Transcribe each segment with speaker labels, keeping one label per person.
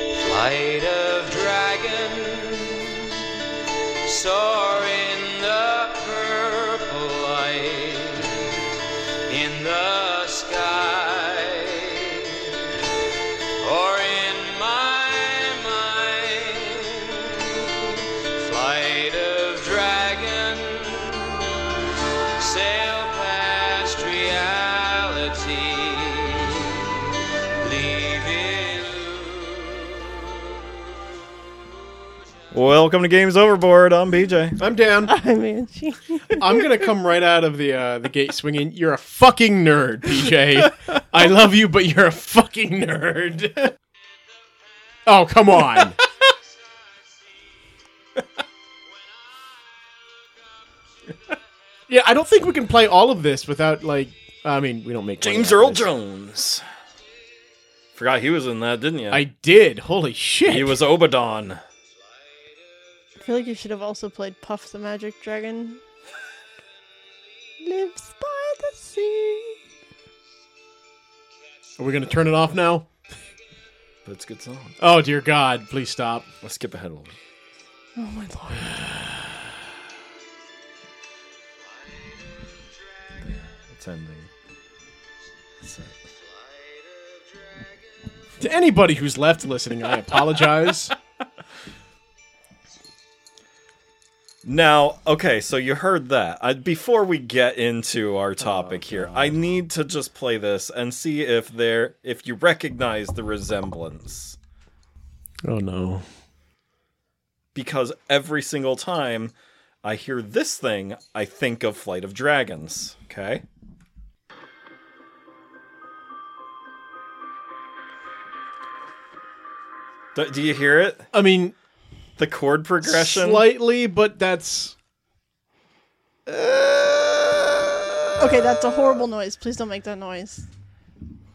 Speaker 1: Flight of dragons soar in the purple light in the sky or in my mind. Flight of dragons sail past reality. Leave illusion.
Speaker 2: Welcome to Games Overboard. I'm BJ.
Speaker 3: I'm Dan.
Speaker 4: I mean, she,
Speaker 3: I'm gonna come right out of the uh, the gate swinging. You're a fucking nerd, PJ. I love you, but you're a fucking nerd. oh come on. yeah, I don't think we can play all of this without like. I mean, we don't make money
Speaker 2: James
Speaker 3: out of
Speaker 2: Earl
Speaker 3: this.
Speaker 2: Jones. Forgot he was in that, didn't you?
Speaker 3: I did. Holy shit.
Speaker 2: he was Obadon.
Speaker 4: I feel like you should have also played Puff the Magic Dragon. Lives by the sea.
Speaker 3: Are we gonna turn it off now?
Speaker 2: But it's a good song.
Speaker 3: Oh dear God! Please stop.
Speaker 2: Let's skip ahead a little bit.
Speaker 4: Oh my lord.
Speaker 2: It's ending. That's it.
Speaker 3: To anybody who's left listening, I apologize.
Speaker 2: Now, okay, so you heard that. I, before we get into our topic here, I need to just play this and see if there if you recognize the resemblance
Speaker 3: oh no.
Speaker 2: because every single time I hear this thing, I think of Flight of Dragons, okay? Do, do you hear it?
Speaker 3: I mean,
Speaker 2: The chord progression?
Speaker 3: Slightly, but that's
Speaker 4: Okay, that's a horrible noise. Please don't make that noise.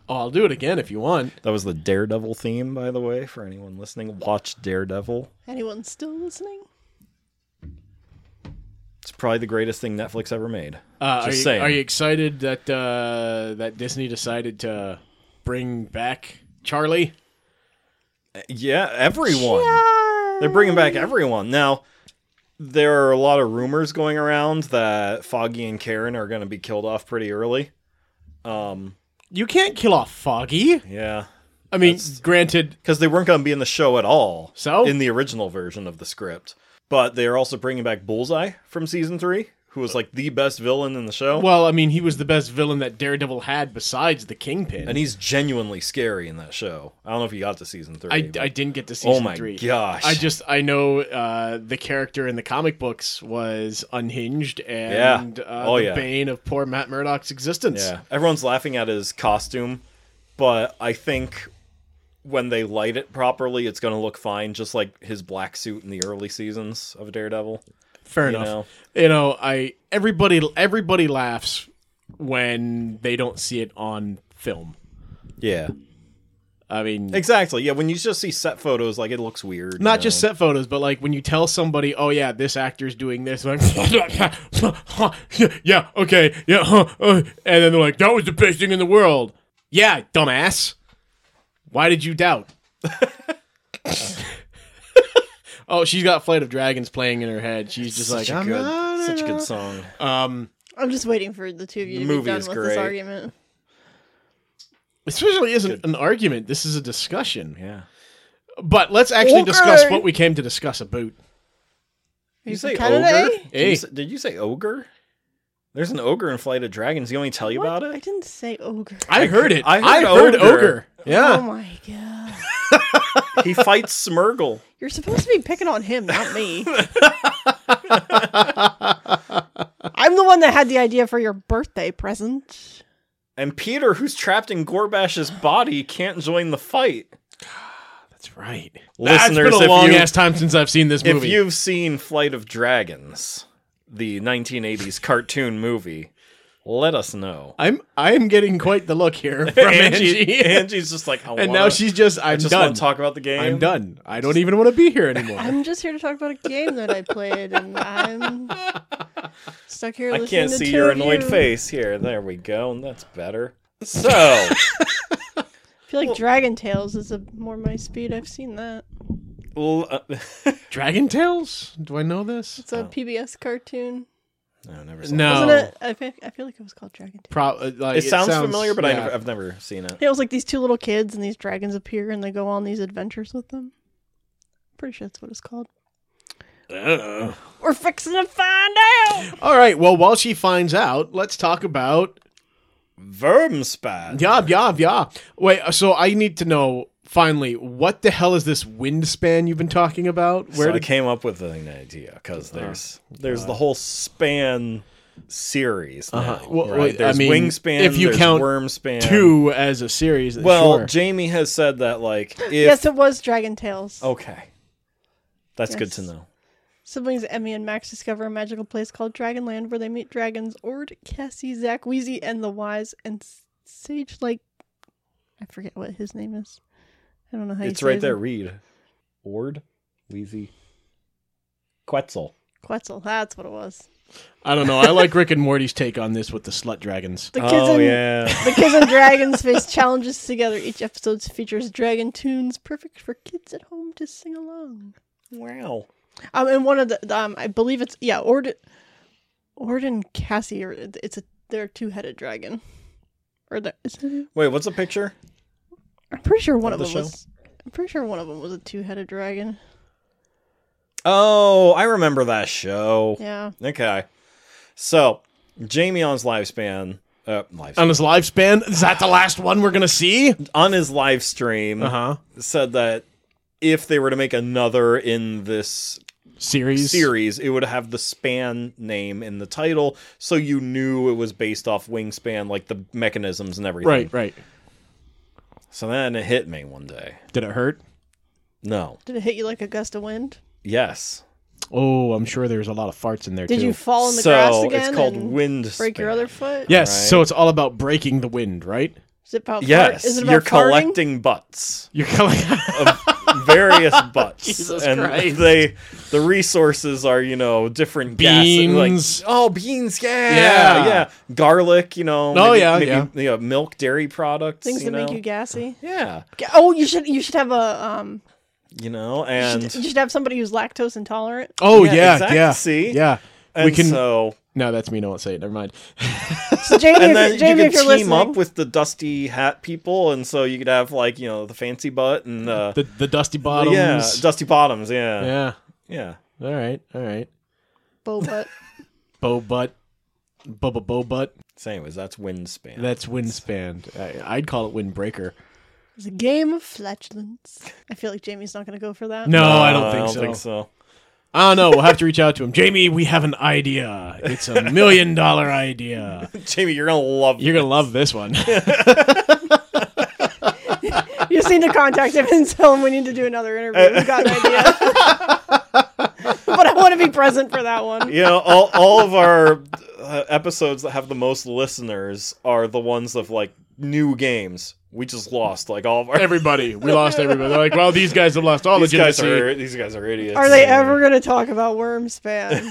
Speaker 3: Oh, I'll do it again if you want.
Speaker 2: That was the Daredevil theme, by the way, for anyone listening. Watch Daredevil.
Speaker 4: Anyone still listening?
Speaker 2: It's probably the greatest thing Netflix ever made.
Speaker 3: Uh,
Speaker 2: Just
Speaker 3: are, you,
Speaker 2: saying.
Speaker 3: are you excited that uh, that Disney decided to bring back Charlie?
Speaker 2: Yeah, everyone. They're bringing back everyone. Now, there are a lot of rumors going around that Foggy and Karen are going to be killed off pretty early. Um,
Speaker 3: You can't kill off Foggy.
Speaker 2: yeah.
Speaker 3: I mean, granted,
Speaker 2: Because they weren't going to be in the show at all.
Speaker 3: So?
Speaker 2: In the original version of the script. But they are also bringing back Bullseye from season three, who was like the best villain in the show.
Speaker 3: well, I mean, he was the best villain that Daredevil had besides the Kingpin.
Speaker 2: and he's genuinely scary in that show. I don't know if you got to season three.
Speaker 3: I,
Speaker 2: but-
Speaker 3: I didn't get to season
Speaker 2: oh my
Speaker 3: three.
Speaker 2: gosh.
Speaker 3: I just I know uh, the character in the comic books was unhinged and
Speaker 2: Yeah.
Speaker 3: uh,
Speaker 2: Oh,
Speaker 3: the
Speaker 2: yeah.
Speaker 3: bane of poor Matt Murdock's existence.
Speaker 2: Yeah, everyone's laughing at his costume, but I think when they light it properly, it's going to look fine, just like his black suit in the early seasons of Daredevil.
Speaker 3: Fair
Speaker 2: You
Speaker 3: enough.
Speaker 2: know?
Speaker 3: You know, I everybody everybody laughs when they don't see it on film.
Speaker 2: Yeah,
Speaker 3: I mean,
Speaker 2: exactly. Yeah, when you just see set photos, like it looks weird.
Speaker 3: not
Speaker 2: you
Speaker 3: just
Speaker 2: know?
Speaker 3: set photos, but like when you tell somebody, "Oh yeah, this actor's doing this," like, yeah, okay, yeah, huh, uh," and then they're like, "That was the best thing in the world." Yeah, dumbass. Why did you doubt? oh, she's got Flight of Dragons playing in her head. She's just like,
Speaker 2: such a
Speaker 3: "I'm
Speaker 2: good,
Speaker 3: not
Speaker 2: such a good song.
Speaker 3: Um,
Speaker 4: I'm just waiting for the two of you to be
Speaker 2: Movie
Speaker 4: done
Speaker 2: is
Speaker 4: with
Speaker 2: great.
Speaker 4: this argument.
Speaker 3: this really isn't an argument. This is a discussion.
Speaker 2: Yeah.
Speaker 3: But let's actually discuss
Speaker 4: Okay.
Speaker 3: what we came to discuss about.
Speaker 4: Are
Speaker 2: You
Speaker 4: from
Speaker 2: say
Speaker 4: Canada,
Speaker 2: ogre?
Speaker 4: eh?
Speaker 2: Did, you
Speaker 3: Hey.
Speaker 2: say, did you say ogre? There's an ogre in Flight of Dragons. You want me to tell you
Speaker 4: What?
Speaker 2: about
Speaker 4: I
Speaker 2: it?
Speaker 4: didn't say ogre.
Speaker 3: I heard it.
Speaker 2: I
Speaker 3: I
Speaker 2: heard
Speaker 3: heard,
Speaker 2: ogre.
Speaker 3: ogre.
Speaker 4: Oh
Speaker 3: Yeah.
Speaker 4: my god.
Speaker 2: he fights Smirgle.
Speaker 4: You're supposed to be picking on him, not me. I'm the one that had the idea for your birthday present.
Speaker 2: And Peter, who's trapped in Gorbash's body, can't join the fight.
Speaker 3: That's right.
Speaker 2: Listeners,
Speaker 3: it's
Speaker 2: if
Speaker 3: been a long
Speaker 2: you-
Speaker 3: ass time since I've seen this
Speaker 2: If
Speaker 3: movie.
Speaker 2: you've seen Flight of Dragons, the 1980s cartoon movie, let us know.
Speaker 3: I'm I'm getting quite the look here from Angie.
Speaker 2: Angie's just like, I
Speaker 3: and
Speaker 2: wanna-
Speaker 3: now she's just I'm
Speaker 2: I just
Speaker 3: done.
Speaker 2: want to talk about the game.
Speaker 3: I'm done. I don't even want to be here anymore.
Speaker 4: I'm just here to talk about a game that I played, and I'm stuck here.
Speaker 2: I
Speaker 4: listening
Speaker 2: can't
Speaker 4: to
Speaker 2: see
Speaker 4: two
Speaker 2: your
Speaker 4: of
Speaker 2: annoyed
Speaker 4: you.
Speaker 2: face here. There we go. That's better. So,
Speaker 4: feel like Dragon Tales is a, more my speed. I've seen that.
Speaker 2: L- uh,
Speaker 3: Dragon Tales? Do I know this?
Speaker 4: It's a PBS cartoon.
Speaker 2: no, never seen
Speaker 3: No.
Speaker 4: Wasn't it? I, fe- I feel like it was called Dragon Tales.
Speaker 3: Pro- uh, like,
Speaker 2: it. It sounds, familiar, but I
Speaker 3: yeah.
Speaker 2: never, I've never seen it.
Speaker 4: It was like these two little kids, and these dragons appear, and they go on these adventures with them. Pretty sure that's what it's called.
Speaker 2: Uh.
Speaker 4: We're fixing to find out.
Speaker 3: All right. Well, while she finds out, let's talk about
Speaker 2: Vermspad.
Speaker 3: Yob, yob, yob. Wait, uh, so I need to know finally what the hell is this windspan you've been talking about?
Speaker 2: Where
Speaker 3: Where
Speaker 2: so I
Speaker 3: did Oh,
Speaker 2: came up with an idea because there's there's the whole span series. Now,
Speaker 3: Uh-huh. Well,
Speaker 2: right?
Speaker 3: wait, I
Speaker 2: There's
Speaker 3: mean,
Speaker 2: wingspan.
Speaker 3: if you
Speaker 2: there's
Speaker 3: count
Speaker 2: wormspan,
Speaker 3: two as a series? uh,
Speaker 2: Well,
Speaker 3: sure.
Speaker 2: Jamie has said that like if
Speaker 4: yes, it was Dragon Tales.
Speaker 2: okay, that's good to
Speaker 4: Yes.
Speaker 2: know.
Speaker 4: Siblings Emmy and Max discover a magical place called Dragonland where they meet dragons Ord, Cassie, Zach, Wheezy, and the Wise, and S- Sage like I forget what his name is. I don't know how you
Speaker 2: It's
Speaker 4: say
Speaker 2: right
Speaker 4: his
Speaker 2: there.
Speaker 4: name.
Speaker 2: Read Ord, Wheezy, Quetzal.
Speaker 4: Quetzal, that's what it was.
Speaker 3: I don't know. I like Rick and Morty's take on this with the slut dragons.
Speaker 4: The kids
Speaker 2: Oh
Speaker 4: and
Speaker 2: yeah.
Speaker 4: the kids and dragons face challenges together. Each episode features dragon tunes perfect for kids at home to sing along.
Speaker 2: wow.
Speaker 4: Um, and one of the um, I believe it's yeah, Ord, Ord and Cassie are it's a they're two headed dragon, or the, is it?
Speaker 2: Wait, what's a picture?
Speaker 4: I'm pretty sure one
Speaker 2: Of
Speaker 4: of,
Speaker 2: the
Speaker 4: them
Speaker 2: show?
Speaker 4: was. I'm pretty sure one of them was a two-headed dragon.
Speaker 2: Oh, I remember that show.
Speaker 4: Yeah,
Speaker 2: Okay, so Jamie on's lifespan. Uh, live
Speaker 3: On his lifespan, is that the last one we're gonna see?
Speaker 2: on his live stream
Speaker 3: Uh huh.
Speaker 2: said that if they were to make another in this
Speaker 3: Series.
Speaker 2: series, it would have the span name in the title, so you knew it was based off wingspan, like the mechanisms and everything.
Speaker 3: Right. Right.
Speaker 2: So then it hit me one day.
Speaker 3: Did it hurt?
Speaker 2: No.
Speaker 4: did it hit you like a gust of wind?
Speaker 2: Yes.
Speaker 3: Oh, I'm sure there's a lot of farts in there
Speaker 4: Did
Speaker 3: too.
Speaker 4: you fall in the
Speaker 2: so
Speaker 4: grass again
Speaker 2: it's called
Speaker 4: and
Speaker 2: wind.
Speaker 4: break your other foot?
Speaker 3: yes.
Speaker 2: Right.
Speaker 3: So it's all about breaking the wind, right?
Speaker 4: Is it about fart-
Speaker 2: Yes,
Speaker 4: Is it about
Speaker 2: you're
Speaker 4: farting?
Speaker 2: collecting butts,
Speaker 3: You're going.
Speaker 2: Uh, various butts,
Speaker 3: Jesus
Speaker 2: and
Speaker 3: Christ.
Speaker 2: they the resources are you know different gas- like-
Speaker 3: Beans.
Speaker 2: oh, beans, yeah,
Speaker 3: Yeah.
Speaker 2: yeah, garlic, you know.
Speaker 3: Oh,
Speaker 2: maybe-
Speaker 3: yeah,
Speaker 2: maybe,
Speaker 3: yeah.
Speaker 2: You know, milk, dairy products,
Speaker 4: things
Speaker 2: you
Speaker 4: that make
Speaker 2: know?
Speaker 4: you gassy.
Speaker 2: Yeah,
Speaker 4: Ga- Oh, you should you should have a um
Speaker 2: you know,
Speaker 4: you should-
Speaker 2: and
Speaker 4: you should have somebody who's lactose intolerant.
Speaker 3: Oh
Speaker 2: Yeah,
Speaker 3: yeah.
Speaker 2: exactly.
Speaker 3: Yeah.
Speaker 2: See?
Speaker 3: Yeah.
Speaker 2: and
Speaker 3: we can.
Speaker 2: so
Speaker 3: no, that's me. Don't say it. Never mind.
Speaker 4: So Jamie,
Speaker 2: and
Speaker 4: if,
Speaker 2: then
Speaker 4: you Jamie,
Speaker 2: you
Speaker 4: if you're
Speaker 2: could team
Speaker 4: listening,
Speaker 2: up with the dusty hat people, and so you could have like you know the fancy butt and uh,
Speaker 3: The the dusty bottoms.
Speaker 2: yeah, dusty bottoms, yeah, yeah.
Speaker 3: yeah. All right. All right.
Speaker 4: Bo Butt.
Speaker 3: Bow butt. Bubba bow butt.
Speaker 2: So, anyways, that's wingspan.
Speaker 3: That's windspan. I, I'd call it windbreaker.
Speaker 4: It's a game of flatulence. I feel like Jamie's not going to go for that.
Speaker 3: No,
Speaker 2: Uh,
Speaker 3: I don't think
Speaker 2: I don't
Speaker 3: so.
Speaker 2: think so.
Speaker 3: I don't know. We'll have to reach out to him. Jamie, we have an idea. It's a million dollar idea.
Speaker 2: Jamie, you're gonna love.
Speaker 3: You're gonna love this one.
Speaker 4: You just need to contact him and tell him we need to do another interview. We've got an idea. but I want to be present for that one.
Speaker 2: you know, all all of our uh, episodes that have the most listeners are the ones of like new games. We just lost like all of our.
Speaker 3: Everybody, we lost everybody. They're like, well, these guys have lost all
Speaker 2: these guys
Speaker 3: legitimacy.
Speaker 2: are these guys are idiots.
Speaker 4: Are they ever going to talk about Wormspan?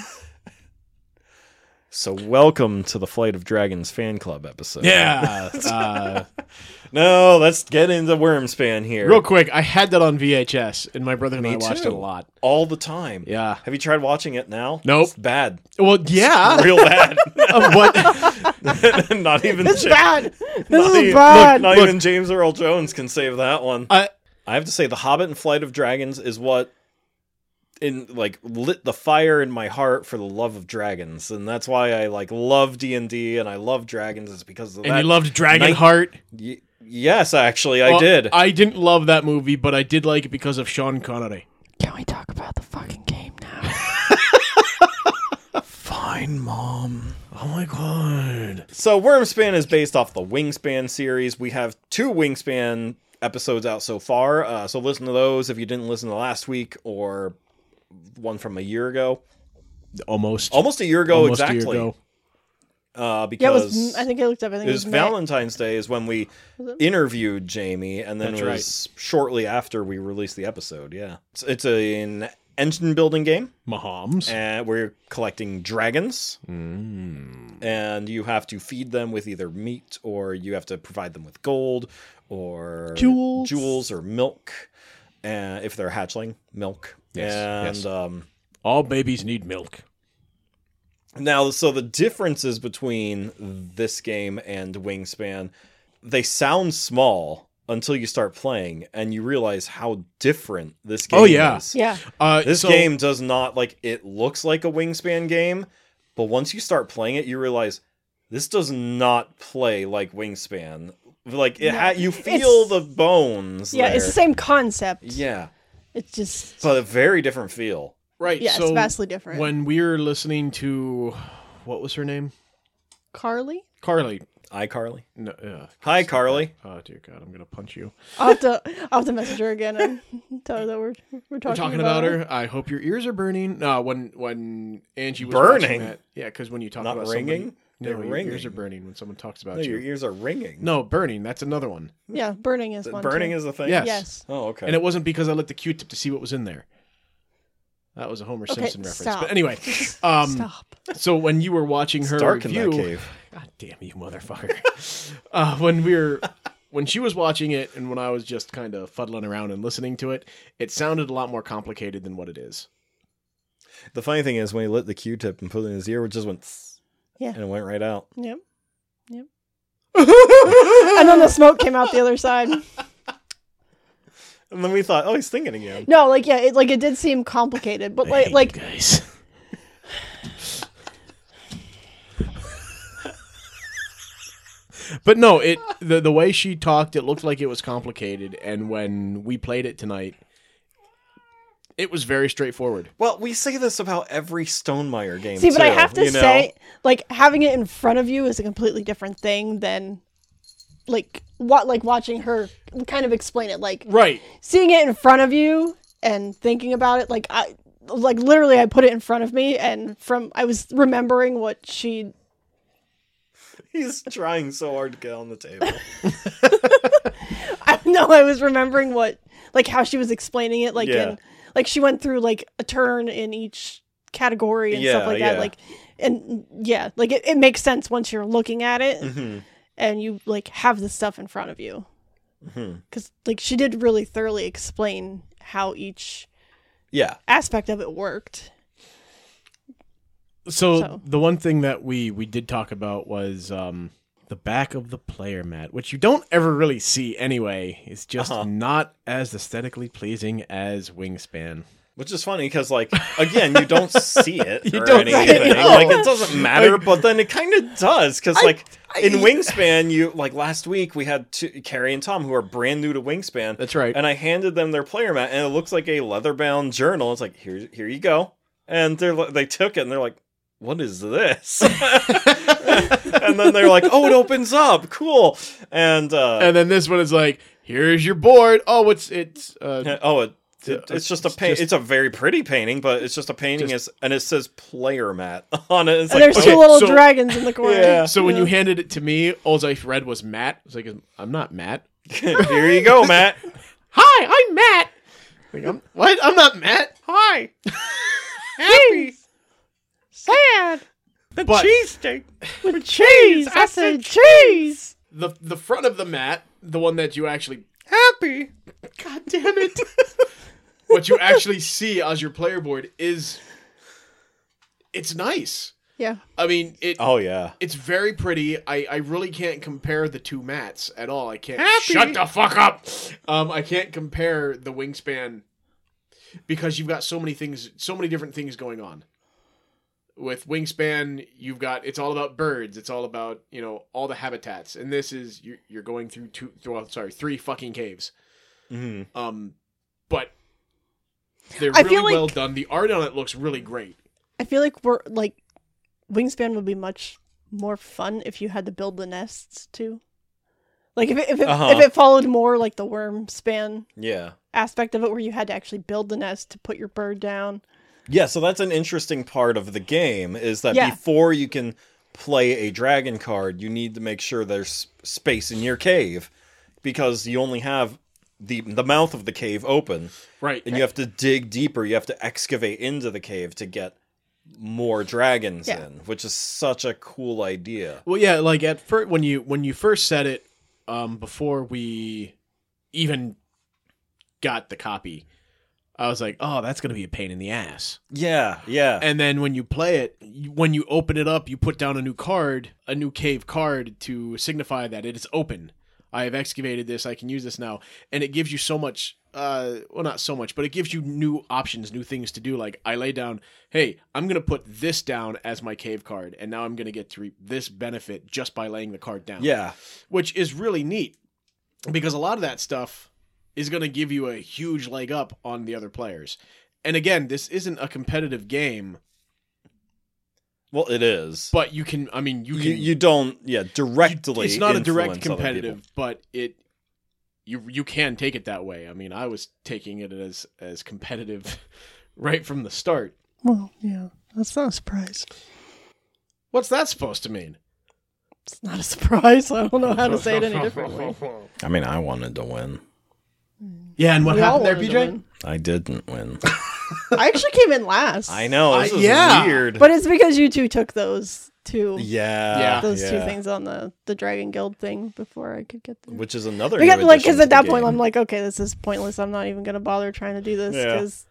Speaker 2: So welcome to the Flight of Dragons fan club episode.
Speaker 3: Yeah. Uh,
Speaker 2: No, let's get into Wormspan here.
Speaker 3: real quick, I had that on VHS, and my brother and
Speaker 2: Me
Speaker 3: I watched
Speaker 2: too.
Speaker 3: it a lot.
Speaker 2: all the time.
Speaker 3: Yeah.
Speaker 2: Have you tried watching it now?
Speaker 3: Nope.
Speaker 2: It's bad.
Speaker 3: Well, yeah.
Speaker 2: Real bad.
Speaker 3: Uh, what?
Speaker 2: not even
Speaker 4: This is
Speaker 2: Ja-
Speaker 4: bad.
Speaker 2: not
Speaker 4: This
Speaker 2: e-
Speaker 4: is bad.
Speaker 2: Not
Speaker 3: Look.
Speaker 2: even James Earl Jones can save that one.
Speaker 3: I,
Speaker 2: I have to say, The Hobbit and Flight of Dragons is what in like lit the fire in my heart for the love of dragons, and that's why I like love D and D and I love dragons is because of
Speaker 3: and
Speaker 2: that.
Speaker 3: you loved Dragon
Speaker 2: night-
Speaker 3: Heart.
Speaker 2: Y- yes, actually, I
Speaker 3: Well,
Speaker 2: did.
Speaker 3: I didn't love that movie, but I did like it because of Sean Connery.
Speaker 4: Can we talk about the fucking game now?
Speaker 2: Fine, mom.
Speaker 3: Oh my god.
Speaker 2: So Wormspan is based off the Wingspan series. We have two Wingspan episodes out so far. Uh, so listen to those if you didn't listen to last week or one from a year ago,
Speaker 3: Almost.
Speaker 2: almost a year ago
Speaker 3: Almost a year
Speaker 2: Oh, exactly.
Speaker 3: ago.
Speaker 2: Uh,
Speaker 4: Yeah, it
Speaker 2: because
Speaker 4: was. I think I looked up. I think
Speaker 2: it was
Speaker 4: May.
Speaker 2: Valentine's Day is when we interviewed Jamie, and then
Speaker 3: That's
Speaker 2: it was shortly after we released the episode. Yeah, it's, it's a, an engine building game,
Speaker 3: Mahomes.
Speaker 2: and we're collecting dragons,
Speaker 3: Mm.
Speaker 2: and you have to feed them with either meat or you have to provide them with gold, or
Speaker 4: Jewels.
Speaker 2: Jewels or milk. Uh, if they're hatchling, milk.
Speaker 3: Yes,
Speaker 2: and
Speaker 3: yes.
Speaker 2: um,
Speaker 3: All babies need milk.
Speaker 2: now, so the differences between this game and Wingspan, they sound small until you start playing and you realize how different this game
Speaker 3: Oh, yeah.
Speaker 2: is.
Speaker 4: Yeah.
Speaker 3: Uh,
Speaker 2: This
Speaker 3: so-
Speaker 2: game does not like it looks like a wingspan game, but once you start playing it, you realize this does not play like wingspan. Like it,
Speaker 4: No.
Speaker 2: ha- you feel
Speaker 4: It's-
Speaker 2: the bones.
Speaker 4: Yeah,
Speaker 2: there.
Speaker 4: it's the same concept.
Speaker 2: Yeah,
Speaker 4: It's just
Speaker 2: so a very different feel.
Speaker 3: right?
Speaker 4: yeah,
Speaker 3: so
Speaker 4: it's vastly different.
Speaker 3: when we were listening to what was her name,
Speaker 4: Carly?
Speaker 3: Carly.
Speaker 2: Hi, Carly.
Speaker 3: No, uh,
Speaker 2: Hi, Carly.
Speaker 3: oh dear God, I'm gonna punch you.
Speaker 4: I'll have to I'll have to message her again and tell her that we're we're talking,
Speaker 3: We're talking about her. I hope your ears are burning. No, when when Angie was
Speaker 2: Burning?
Speaker 3: burning. That, yeah, because when you talk
Speaker 2: Not
Speaker 3: about
Speaker 2: ringing?
Speaker 3: somebody,
Speaker 2: They're
Speaker 3: no, your ears
Speaker 2: ringing.
Speaker 3: are burning when someone talks about
Speaker 2: No,
Speaker 3: you.
Speaker 2: your ears are ringing.
Speaker 3: No, burning. That's another one.
Speaker 4: Yeah, burning is
Speaker 2: The
Speaker 4: one.
Speaker 2: burning
Speaker 4: too.
Speaker 2: is a thing.
Speaker 3: Yes.
Speaker 4: yes.
Speaker 2: Oh, okay.
Speaker 3: And it wasn't because I lit the Q-tip to see what was in there. That was a Homer
Speaker 4: Okay,
Speaker 3: Simpson reference.
Speaker 4: stop.
Speaker 3: But anyway, um,
Speaker 4: Stop.
Speaker 3: so when you were watching
Speaker 2: It's
Speaker 3: her
Speaker 2: dark in
Speaker 3: review,
Speaker 2: that cave.
Speaker 3: God damn you, motherfucker! uh, when we were when she was watching it, and when I was just kind of fuddling around and listening to it, it sounded a lot more complicated than what it is.
Speaker 2: The funny thing is, when he lit the Q-tip and put it in his ear, it just went. "Tss,"
Speaker 4: Yeah.
Speaker 2: And it went right out.
Speaker 4: Yep. Yep. and then the smoke came out the other side.
Speaker 2: And then we thought, oh, he's thinking again.
Speaker 4: No, like yeah, it like it did seem complicated, but like like
Speaker 3: guys. but no, it the the way she talked, it looked like it was complicated, and when we played it tonight, it was very straightforward.
Speaker 2: Well, we say this about every Stonemeyer game.
Speaker 4: See, but I
Speaker 2: too,
Speaker 4: have to
Speaker 2: you know?
Speaker 4: say, like having it in front of you is a completely different thing than like what like watching her kind of explain it. Like
Speaker 3: Right.
Speaker 4: seeing it in front of you and thinking about it, like I like literally I put it in front of me and from I was remembering what she
Speaker 2: He's trying so hard to get on the table.
Speaker 4: I know I was remembering what like how she was explaining it like
Speaker 2: Yeah.
Speaker 4: in like she went through like a turn in each category and
Speaker 2: Yeah,
Speaker 4: stuff like that
Speaker 2: yeah.
Speaker 4: like and yeah like it, it makes sense once you're looking at it
Speaker 2: Mm-hmm.
Speaker 4: and you like have the stuff in front of you because like she did really thoroughly explain how each
Speaker 2: Yeah.
Speaker 4: aspect of it worked
Speaker 3: So,
Speaker 4: So-
Speaker 3: the one thing that we we did talk about was um the back of the player mat, which you don't ever really see anyway. It's just
Speaker 2: Uh-huh.
Speaker 3: not as aesthetically pleasing as Wingspan.
Speaker 2: Which is funny because, like, again, you don't see it
Speaker 3: You
Speaker 2: or
Speaker 3: don't see it,
Speaker 2: anything.
Speaker 3: no.
Speaker 2: Like, it doesn't matter,
Speaker 3: Like-
Speaker 2: but then it kind of does because, like,
Speaker 3: I-
Speaker 2: in Wingspan, you like last week we had two, Carrie and Tom who are brand new to Wingspan.
Speaker 3: That's right.
Speaker 2: And I handed them their player mat, and it looks like a leather-bound journal. It's like here, here you go. And they're li- they took it, and they're like, "What is this?" and then they're like, "Oh, it opens up. Cool." And uh,
Speaker 3: and then this one is like, here's your board. Oh, it's it's uh,
Speaker 2: Yeah, Oh, it,
Speaker 3: Yeah,
Speaker 2: it- it's just a
Speaker 3: it's
Speaker 2: paint.
Speaker 3: just-
Speaker 2: it's a very pretty painting, but it's just a painting. is- and it says player mat on it. It's
Speaker 4: and
Speaker 2: like,
Speaker 4: there's
Speaker 2: okay,
Speaker 4: two little
Speaker 3: so-
Speaker 4: dragons in the corner
Speaker 2: Yeah.
Speaker 3: so when you handed it to me, all I read was Matt. I was like, I'm not Matt.
Speaker 2: here you go, Matt.
Speaker 3: Hi, I'm Matt. Like, I'm, what? I'm not Matt. Hi. Happy.
Speaker 4: sad
Speaker 3: But
Speaker 2: Cheesesteak.
Speaker 4: with cheese i said cheese
Speaker 3: the the front of the mat, the one that you actually
Speaker 2: Happy.
Speaker 3: God damn it. what you actually see as your player board is it's nice.
Speaker 4: yeah
Speaker 3: I mean, it
Speaker 2: Oh yeah.
Speaker 3: it's very pretty. I, I really can't compare the two mats at all. I can't shut the fuck up. Um, I can't compare the wingspan because you've got so many things, so many different things going on. With wingspan, you've got it's all about birds. It's all about you know all the habitats, and this is you're, you're going through two, well, sorry, three fucking caves.
Speaker 2: hmm
Speaker 3: Um, but they're
Speaker 4: I
Speaker 3: really
Speaker 4: feel
Speaker 3: well
Speaker 4: like-
Speaker 3: done. The art on it looks really great.
Speaker 4: I feel like we're like wingspan would be much more fun if you had to build the nests too. Like if it if it,
Speaker 2: Uh-huh.
Speaker 4: if it followed more like the worm span
Speaker 2: Yeah.
Speaker 4: aspect of it, where you had to actually build the nest to put your bird down.
Speaker 2: Yeah. So that's an interesting part of the game is that
Speaker 4: Yeah.
Speaker 2: before you can play a dragon card, you need to make sure there's space in your cave because you only have the the mouth of the cave open.
Speaker 3: Right.
Speaker 2: and you have to dig deeper. You have to excavate into the cave to get more dragons
Speaker 4: Yeah.
Speaker 2: in, which is such a cool idea.
Speaker 3: Well, yeah, like at first when you when you first said it, um, before we even got the copy, I was like, "Oh, that's gonna be a pain in the ass."
Speaker 2: Yeah, yeah.
Speaker 3: And then when you play it, you, when you open it up, you put down a new card, a new cave card to signify that it is open. I have excavated this. I can use this now, and it gives you so much. Uh, well, not so much, but it gives you new options, new things to do. Like I lay down, hey, I'm gonna put this down as my cave card, and now I'm gonna get to reap this benefit just by laying the card down
Speaker 2: yeah.
Speaker 3: which is really neat because a lot of that stuff is going to give you a huge leg up on the other players. And again, this isn't a competitive game,
Speaker 2: Well, it is.
Speaker 3: but you can I mean you can
Speaker 2: you, you don't yeah directly
Speaker 3: it's not a direct
Speaker 2: influence other people.
Speaker 3: competitive, but it you you can take it that way. I mean, I was taking it as as competitive right from the start.
Speaker 4: Well, yeah, that's not a surprise.
Speaker 3: What's that supposed to mean?
Speaker 4: It's not a surprise. I don't know how to say it any differently.
Speaker 2: I mean, I wanted to win.
Speaker 3: Yeah, and what
Speaker 4: We all
Speaker 3: happened there,
Speaker 4: wanted to
Speaker 3: PJ?
Speaker 4: win.
Speaker 2: I didn't win.
Speaker 4: I actually came in last.
Speaker 2: I know. This
Speaker 3: I-
Speaker 2: is
Speaker 3: yeah.
Speaker 2: weird.
Speaker 4: But it's because you two took those two
Speaker 2: yeah,
Speaker 3: Yeah.
Speaker 4: those two
Speaker 2: yeah.
Speaker 4: things on the the Dragon Guild thing before I could get there.
Speaker 2: which is another
Speaker 4: because
Speaker 2: new
Speaker 4: like
Speaker 2: addition
Speaker 4: because
Speaker 2: to
Speaker 4: at
Speaker 2: the
Speaker 4: that point
Speaker 2: game.
Speaker 4: I'm like, okay, this is pointless. I'm not even gonna bother trying to do this
Speaker 2: Yeah.
Speaker 4: because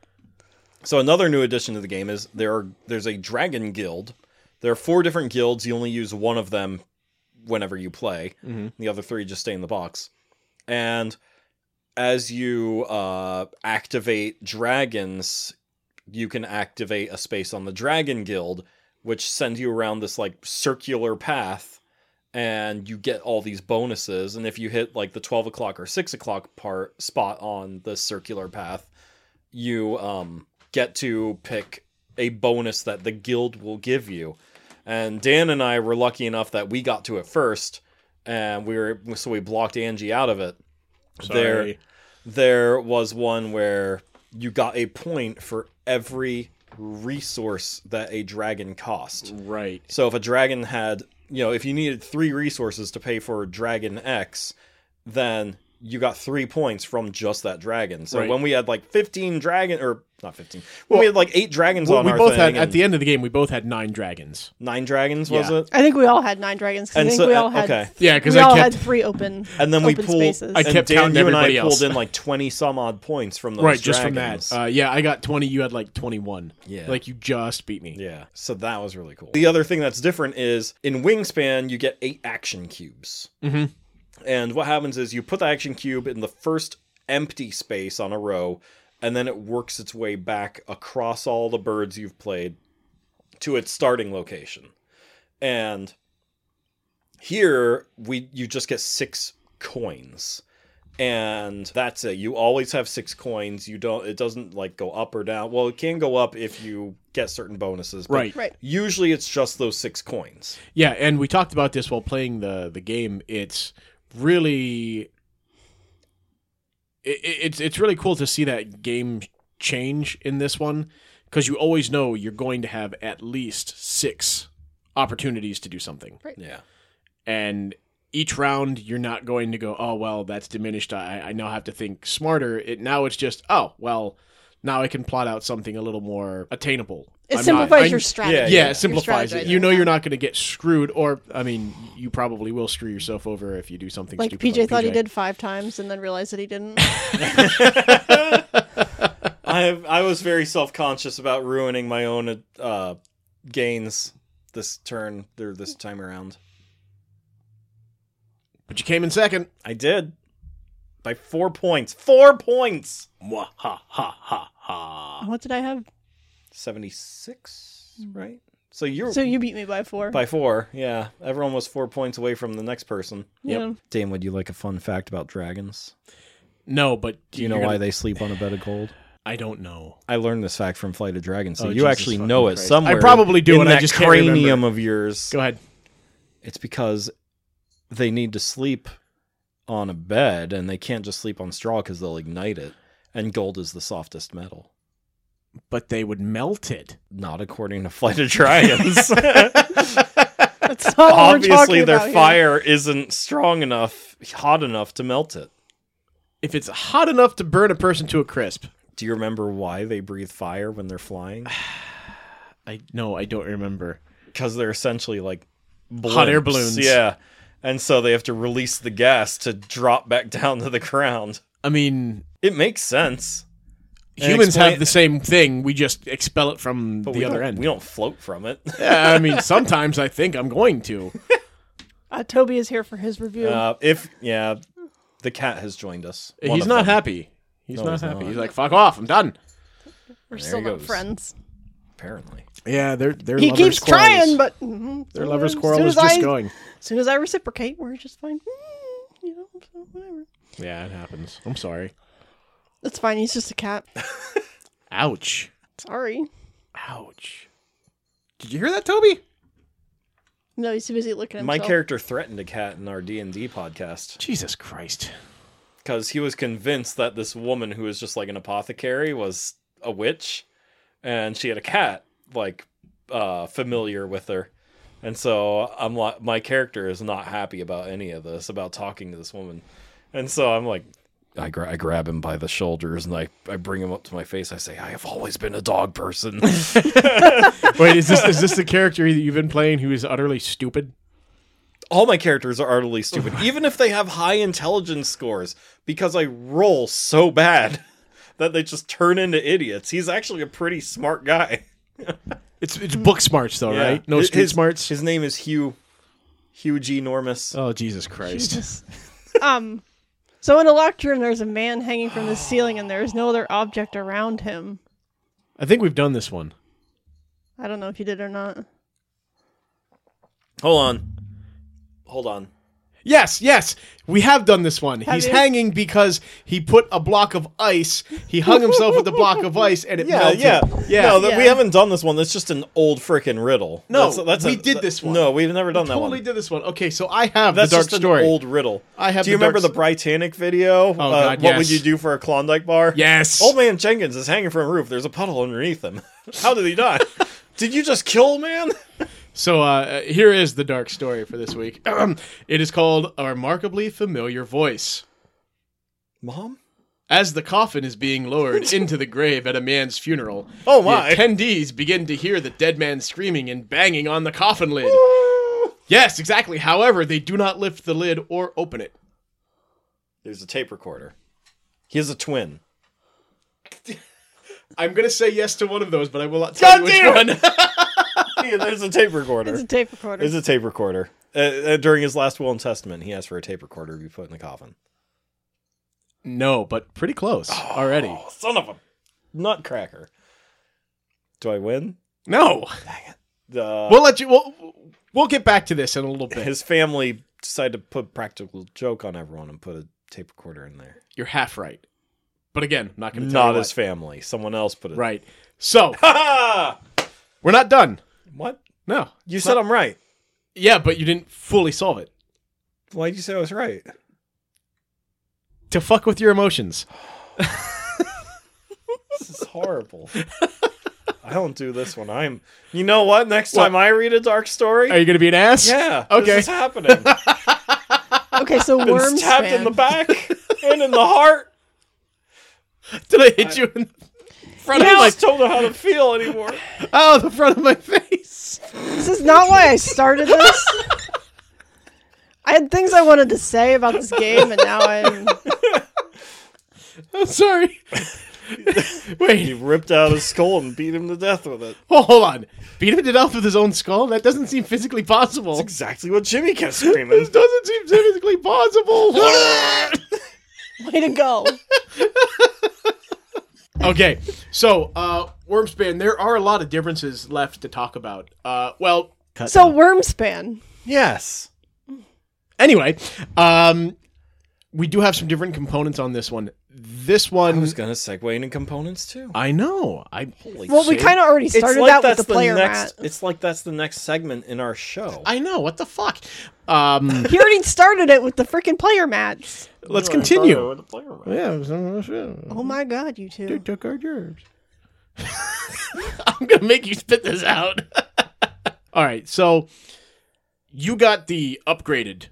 Speaker 2: So another new addition to the game is there are there's a dragon guild. There are four different guilds. You only use one of them whenever you play. The other three just stay in the box. And as you uh, activate dragons, you can activate a space on the dragon guild, which sends you around this like circular path, and you get all these bonuses. And if you hit like the twelve o'clock or six o'clock part spot on the circular path, you um get to pick a bonus that the guild will give you. And Dan and I were lucky enough that we got to it first, and we were so we blocked Angie out of it.
Speaker 3: Sorry.
Speaker 2: There was one where you got a point for every resource that a dragon cost.
Speaker 3: Right.
Speaker 2: So if a dragon had, you know, if you needed three resources to pay for Dragon X, then you got three points from just that dragon. So
Speaker 3: Right.
Speaker 2: when we had like fifteen dragon, or not fifteen, when we
Speaker 3: Well-
Speaker 2: had like eight dragons
Speaker 3: Well,
Speaker 2: on
Speaker 3: we
Speaker 2: our
Speaker 3: both
Speaker 2: thing,
Speaker 3: had at
Speaker 2: and
Speaker 3: the end of the game we both had 9 dragons.
Speaker 2: nine dragons was
Speaker 3: Yeah.
Speaker 2: it?
Speaker 4: I think we all had nine dragons. 'cause
Speaker 2: And
Speaker 4: I think
Speaker 2: so-
Speaker 4: we
Speaker 2: uh,
Speaker 4: all had
Speaker 2: okay.
Speaker 3: Yeah,
Speaker 4: we
Speaker 3: cuz I
Speaker 4: all
Speaker 3: kept
Speaker 4: had three open
Speaker 2: And then we
Speaker 4: open
Speaker 2: pulled.
Speaker 4: spaces.
Speaker 2: I
Speaker 3: I
Speaker 2: kept
Speaker 3: kept
Speaker 2: Dan,
Speaker 3: counting
Speaker 2: you and I
Speaker 3: everybody else.
Speaker 2: pulled in like twenty some odd points from those
Speaker 3: right just from
Speaker 2: dragons.
Speaker 3: that uh, yeah i got 20 you had like 21
Speaker 2: Yeah.
Speaker 3: like you just beat me
Speaker 2: Yeah. So that was really cool. The other thing that's different is in Wingspan, you get eight action cubes.
Speaker 3: Mhm.
Speaker 2: And what happens is you put the action cube in the first empty space on a row, and then it works its way back across all the birds you've played to its starting location. And here we you just get six coins and that's it you always have six coins you don't it doesn't like go up or down well it can go up if you get certain bonuses but
Speaker 3: right
Speaker 4: Right.
Speaker 2: usually it's just those six coins
Speaker 3: yeah and we talked about this while playing the the game it's really it, it- it's it's really cool to see that game change in this one because you always know you're going to have at least six opportunities to do something
Speaker 2: yeah
Speaker 3: and each round you're not going to go oh well that's diminished i, I now have to think smarter it now it's just oh well now i can plot out something a little more attainable
Speaker 4: It
Speaker 3: I'm not-
Speaker 4: simplifies
Speaker 3: I'm-
Speaker 4: your strategy.
Speaker 2: yeah,
Speaker 3: yeah,
Speaker 2: Your
Speaker 3: it simplifies it
Speaker 4: strategizing.
Speaker 3: you know you're not going to get screwed or i mean you probably will screw yourself over if you do something
Speaker 4: Like
Speaker 3: stupid
Speaker 4: PJ thought he did five times and then realized that he didn't.
Speaker 2: i i was very self-conscious about ruining my own uh gains this turn or this time around
Speaker 3: but you came in second
Speaker 2: i did by four points four points
Speaker 3: Mwah, ha ha ha ha
Speaker 4: Oh, what did I have?
Speaker 2: 76 right so you're
Speaker 4: Mm. So you beat me by four.
Speaker 2: By four, yeah. Everyone was four points away from the next person.
Speaker 4: yeah.
Speaker 2: Dan, would you like a fun fact about dragons?
Speaker 3: no but
Speaker 2: Do you know why they sleep on a bed of gold?
Speaker 3: i don't know
Speaker 2: I learned this fact from Flight of Dragons, so
Speaker 3: Oh,
Speaker 2: you
Speaker 3: Jesus
Speaker 2: actually
Speaker 3: fucking
Speaker 2: know it
Speaker 3: Christ.
Speaker 2: somewhere.
Speaker 3: I probably do,
Speaker 2: in
Speaker 3: and I
Speaker 2: that
Speaker 3: just can't remember.
Speaker 2: cranium of yours.
Speaker 3: go ahead
Speaker 2: It's because they need to sleep on a bed, and they can't just sleep on straw because they'll ignite it. And gold is the softest metal,
Speaker 3: but they would melt it
Speaker 2: not according to Flight of Dragons.
Speaker 4: That's not what we're
Speaker 2: Obviously,
Speaker 4: talking
Speaker 2: their
Speaker 4: about here.
Speaker 2: fire isn't strong enough, hot enough to melt it.
Speaker 3: if it's hot enough to burn a person to a crisp
Speaker 2: Do you remember why they breathe fire when they're flying?
Speaker 3: I no, I don't remember.
Speaker 2: Because they're essentially like
Speaker 3: Hot air
Speaker 2: blimps.
Speaker 3: balloons.
Speaker 2: Yeah. and so they have to release the gas to drop back down to the ground.
Speaker 3: I mean,
Speaker 2: It makes sense. And
Speaker 3: humans
Speaker 2: explain-
Speaker 3: have the same thing. We just expel it from
Speaker 2: But
Speaker 3: the
Speaker 2: we
Speaker 3: other
Speaker 2: don't-
Speaker 3: end.
Speaker 2: we don't float from it.
Speaker 3: yeah, I mean, sometimes I think I'm going to.
Speaker 4: Uh, Toby is here for his review.
Speaker 2: Uh, if yeah, the cat has joined us. One
Speaker 3: he's
Speaker 2: of
Speaker 3: not
Speaker 2: them.
Speaker 3: happy. He's
Speaker 2: No,
Speaker 3: not
Speaker 2: he's
Speaker 3: happy.
Speaker 2: not.
Speaker 3: He's like, fuck off. I'm done.
Speaker 4: We're
Speaker 2: there
Speaker 4: still
Speaker 2: he
Speaker 4: not
Speaker 2: goes.
Speaker 4: friends.
Speaker 2: Apparently,
Speaker 3: Yeah, they're they're.
Speaker 4: He keeps trying, but mhm,
Speaker 3: their lovers
Speaker 4: soon-
Speaker 3: quarrel
Speaker 4: soon
Speaker 3: is
Speaker 4: as
Speaker 3: just
Speaker 4: I-
Speaker 3: going.
Speaker 4: As soon as I reciprocate, we're just fine. Mm, you know, so whatever.
Speaker 3: Yeah, it happens. I'm sorry.
Speaker 4: That's fine. He's just a cat.
Speaker 3: Ouch.
Speaker 4: Sorry.
Speaker 3: Ouch. Did you hear that, Toby?
Speaker 4: No, he's too busy looking at
Speaker 2: my
Speaker 4: himself.
Speaker 2: character threatened a cat in our D and D podcast
Speaker 3: Jesus Christ.
Speaker 2: because he was convinced that this woman who was just like an apothecary was a witch, and she had a cat like uh, familiar with her. And so I'm like, my character is not happy about any of this, about talking to this woman. And so I'm like, I, gra- I grab him by the shoulders and I, I bring him up to my face. I say, I have always been a dog person.
Speaker 3: Wait, is this is this the character that you've been playing who is utterly stupid?
Speaker 2: all my characters are utterly stupid, even if they have high intelligence scores, because I roll so bad that they just turn into idiots. He's actually a pretty smart guy.
Speaker 3: It's it's book smarts though,
Speaker 2: Yeah.
Speaker 3: right? No
Speaker 2: His-
Speaker 3: street
Speaker 2: his,
Speaker 3: smarts.
Speaker 2: His name is Hugh. Hugh G. Normus.
Speaker 3: oh Jesus Christ.
Speaker 4: Jesus. um, so in a locked room, there's a man hanging from the ceiling, and there is no other object around him.
Speaker 3: I think we've done this one.
Speaker 4: I don't know if you did or not.
Speaker 2: Hold on. Hold on.
Speaker 3: Yes, yes, we have done this one.
Speaker 4: Have
Speaker 3: He's
Speaker 4: you?
Speaker 3: hanging because he put a block of ice. He hung himself with a block of ice, and it
Speaker 2: Yeah,
Speaker 3: melted.
Speaker 2: yeah.
Speaker 3: yeah.
Speaker 2: No, th- we
Speaker 4: Yeah.
Speaker 2: haven't done this one. That's just an old freaking riddle.
Speaker 3: No,
Speaker 2: that's, that's a-
Speaker 3: we did this one.
Speaker 2: No, we've never done that
Speaker 3: totally
Speaker 2: one.
Speaker 3: did this one. Okay, so I have
Speaker 2: That's
Speaker 3: the dark
Speaker 2: just
Speaker 3: story.
Speaker 2: an old riddle.
Speaker 3: I have
Speaker 2: Do you
Speaker 3: the dark
Speaker 2: remember the
Speaker 3: s-
Speaker 2: Britannic video? Oh,
Speaker 3: God,
Speaker 2: What
Speaker 3: yes.
Speaker 2: would you do for a Klondike bar?
Speaker 3: yes.
Speaker 2: Old man Jenkins is hanging from a roof. There's a puddle underneath him. How did he die? did you just kill a man?
Speaker 3: So uh, here is the dark story for this week. it is called A Remarkably Familiar Voice.
Speaker 2: Mom?
Speaker 3: As the coffin is being lowered into the grave at a man's funeral,
Speaker 2: Oh, my.
Speaker 3: the attendees begin to hear the dead man screaming and banging on the coffin lid. yes, exactly. However, they do not lift the lid or open it.
Speaker 2: There's a tape recorder. He has a twin.
Speaker 3: I'm gonna say yes to one of those, but I will not tell you
Speaker 2: damn
Speaker 3: which one.
Speaker 2: Yeah, there's a tape
Speaker 4: It's a
Speaker 2: recorder.
Speaker 4: tape recorder.
Speaker 2: There's a tape recorder. Uh, uh, during his last will and testament, he asked for a tape recorder to be put in the coffin.
Speaker 3: no, but pretty close already.
Speaker 2: Oh, son of a nutcracker. Do I win?
Speaker 3: No,
Speaker 2: Uh,
Speaker 3: we'll let you. We'll, we'll get back to this in a little bit.
Speaker 2: his family decided to put practical joke on everyone and put a tape recorder in there.
Speaker 3: You're half right, but again, I'm not gonna tell
Speaker 2: Not
Speaker 3: you
Speaker 2: his
Speaker 3: what.
Speaker 2: family. Someone else put it.
Speaker 3: right. So
Speaker 2: Ha!
Speaker 3: we're not done.
Speaker 2: what?
Speaker 3: No,
Speaker 2: You said I'm right.
Speaker 3: yeah, but you didn't fully solve it.
Speaker 2: Why'd you say I was right?
Speaker 3: To fuck with your emotions.
Speaker 2: This is horrible. I don't do this when I'm. You know what? Next
Speaker 3: What?
Speaker 2: time I read a dark story,
Speaker 3: Are you gonna be an ass?
Speaker 2: yeah,
Speaker 3: Okay.
Speaker 2: this is happening.
Speaker 4: okay, so
Speaker 2: Been
Speaker 4: worms.
Speaker 2: stabbed in
Speaker 4: fan.
Speaker 2: the back and in the heart.
Speaker 3: Did I hit you in the front
Speaker 2: I
Speaker 3: of my?
Speaker 2: just don't know how to feel anymore.
Speaker 3: Oh, the front of my face.
Speaker 4: This is not why I started this. I had things I wanted to say about this game, and now I'm.
Speaker 3: I'm sorry. Wait.
Speaker 2: He ripped out his skull and beat him to death with it.
Speaker 3: Oh, hold on. Beat him to death with his own skull? That doesn't seem physically possible.
Speaker 2: That's exactly what Jimmy kept
Speaker 3: This
Speaker 2: screaming.
Speaker 3: doesn't seem physically possible.
Speaker 4: Way to go.
Speaker 3: okay, so uh, Wormspan, there are a lot of differences left to talk about. Uh, well,
Speaker 4: So Wormspan.
Speaker 2: yes.
Speaker 3: anyway, um, we do have some different components on this one. This
Speaker 2: I
Speaker 3: one,
Speaker 2: was gonna segue into components too.
Speaker 3: I know. I
Speaker 2: Holy
Speaker 4: Well, we
Speaker 2: shit.
Speaker 4: kind of already started that with the player mat.
Speaker 2: next. It's like that's the next segment in our show.
Speaker 3: I know. What the fuck? Um,
Speaker 4: He already started it with the freaking player mats.
Speaker 3: let's continue.
Speaker 2: With the player mat.
Speaker 3: Yeah. so-
Speaker 4: Oh my god, you two.
Speaker 3: took our germs. I'm gonna make you spit this out. All right, so you got the upgraded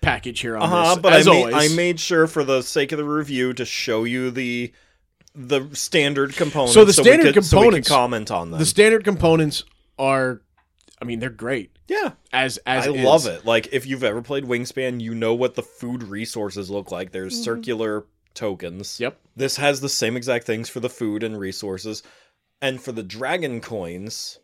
Speaker 3: package here on
Speaker 2: Uh-huh,
Speaker 3: this,
Speaker 2: but
Speaker 3: as
Speaker 2: I,
Speaker 3: always.
Speaker 2: ma- I made sure for the sake of the review to show you the the standard components.
Speaker 3: So the
Speaker 2: we
Speaker 3: standard
Speaker 2: could- so we could
Speaker 3: components-
Speaker 2: comment on them.
Speaker 3: the standard components are, I mean, they're great.
Speaker 2: Yeah,
Speaker 3: As as
Speaker 2: I
Speaker 3: is.
Speaker 2: love it. Like if you've ever played Wingspan, you know what the food resources look like. There's circular tokens.
Speaker 3: Yep.
Speaker 2: This has the same exact things for the food and resources. And for the dragon coins,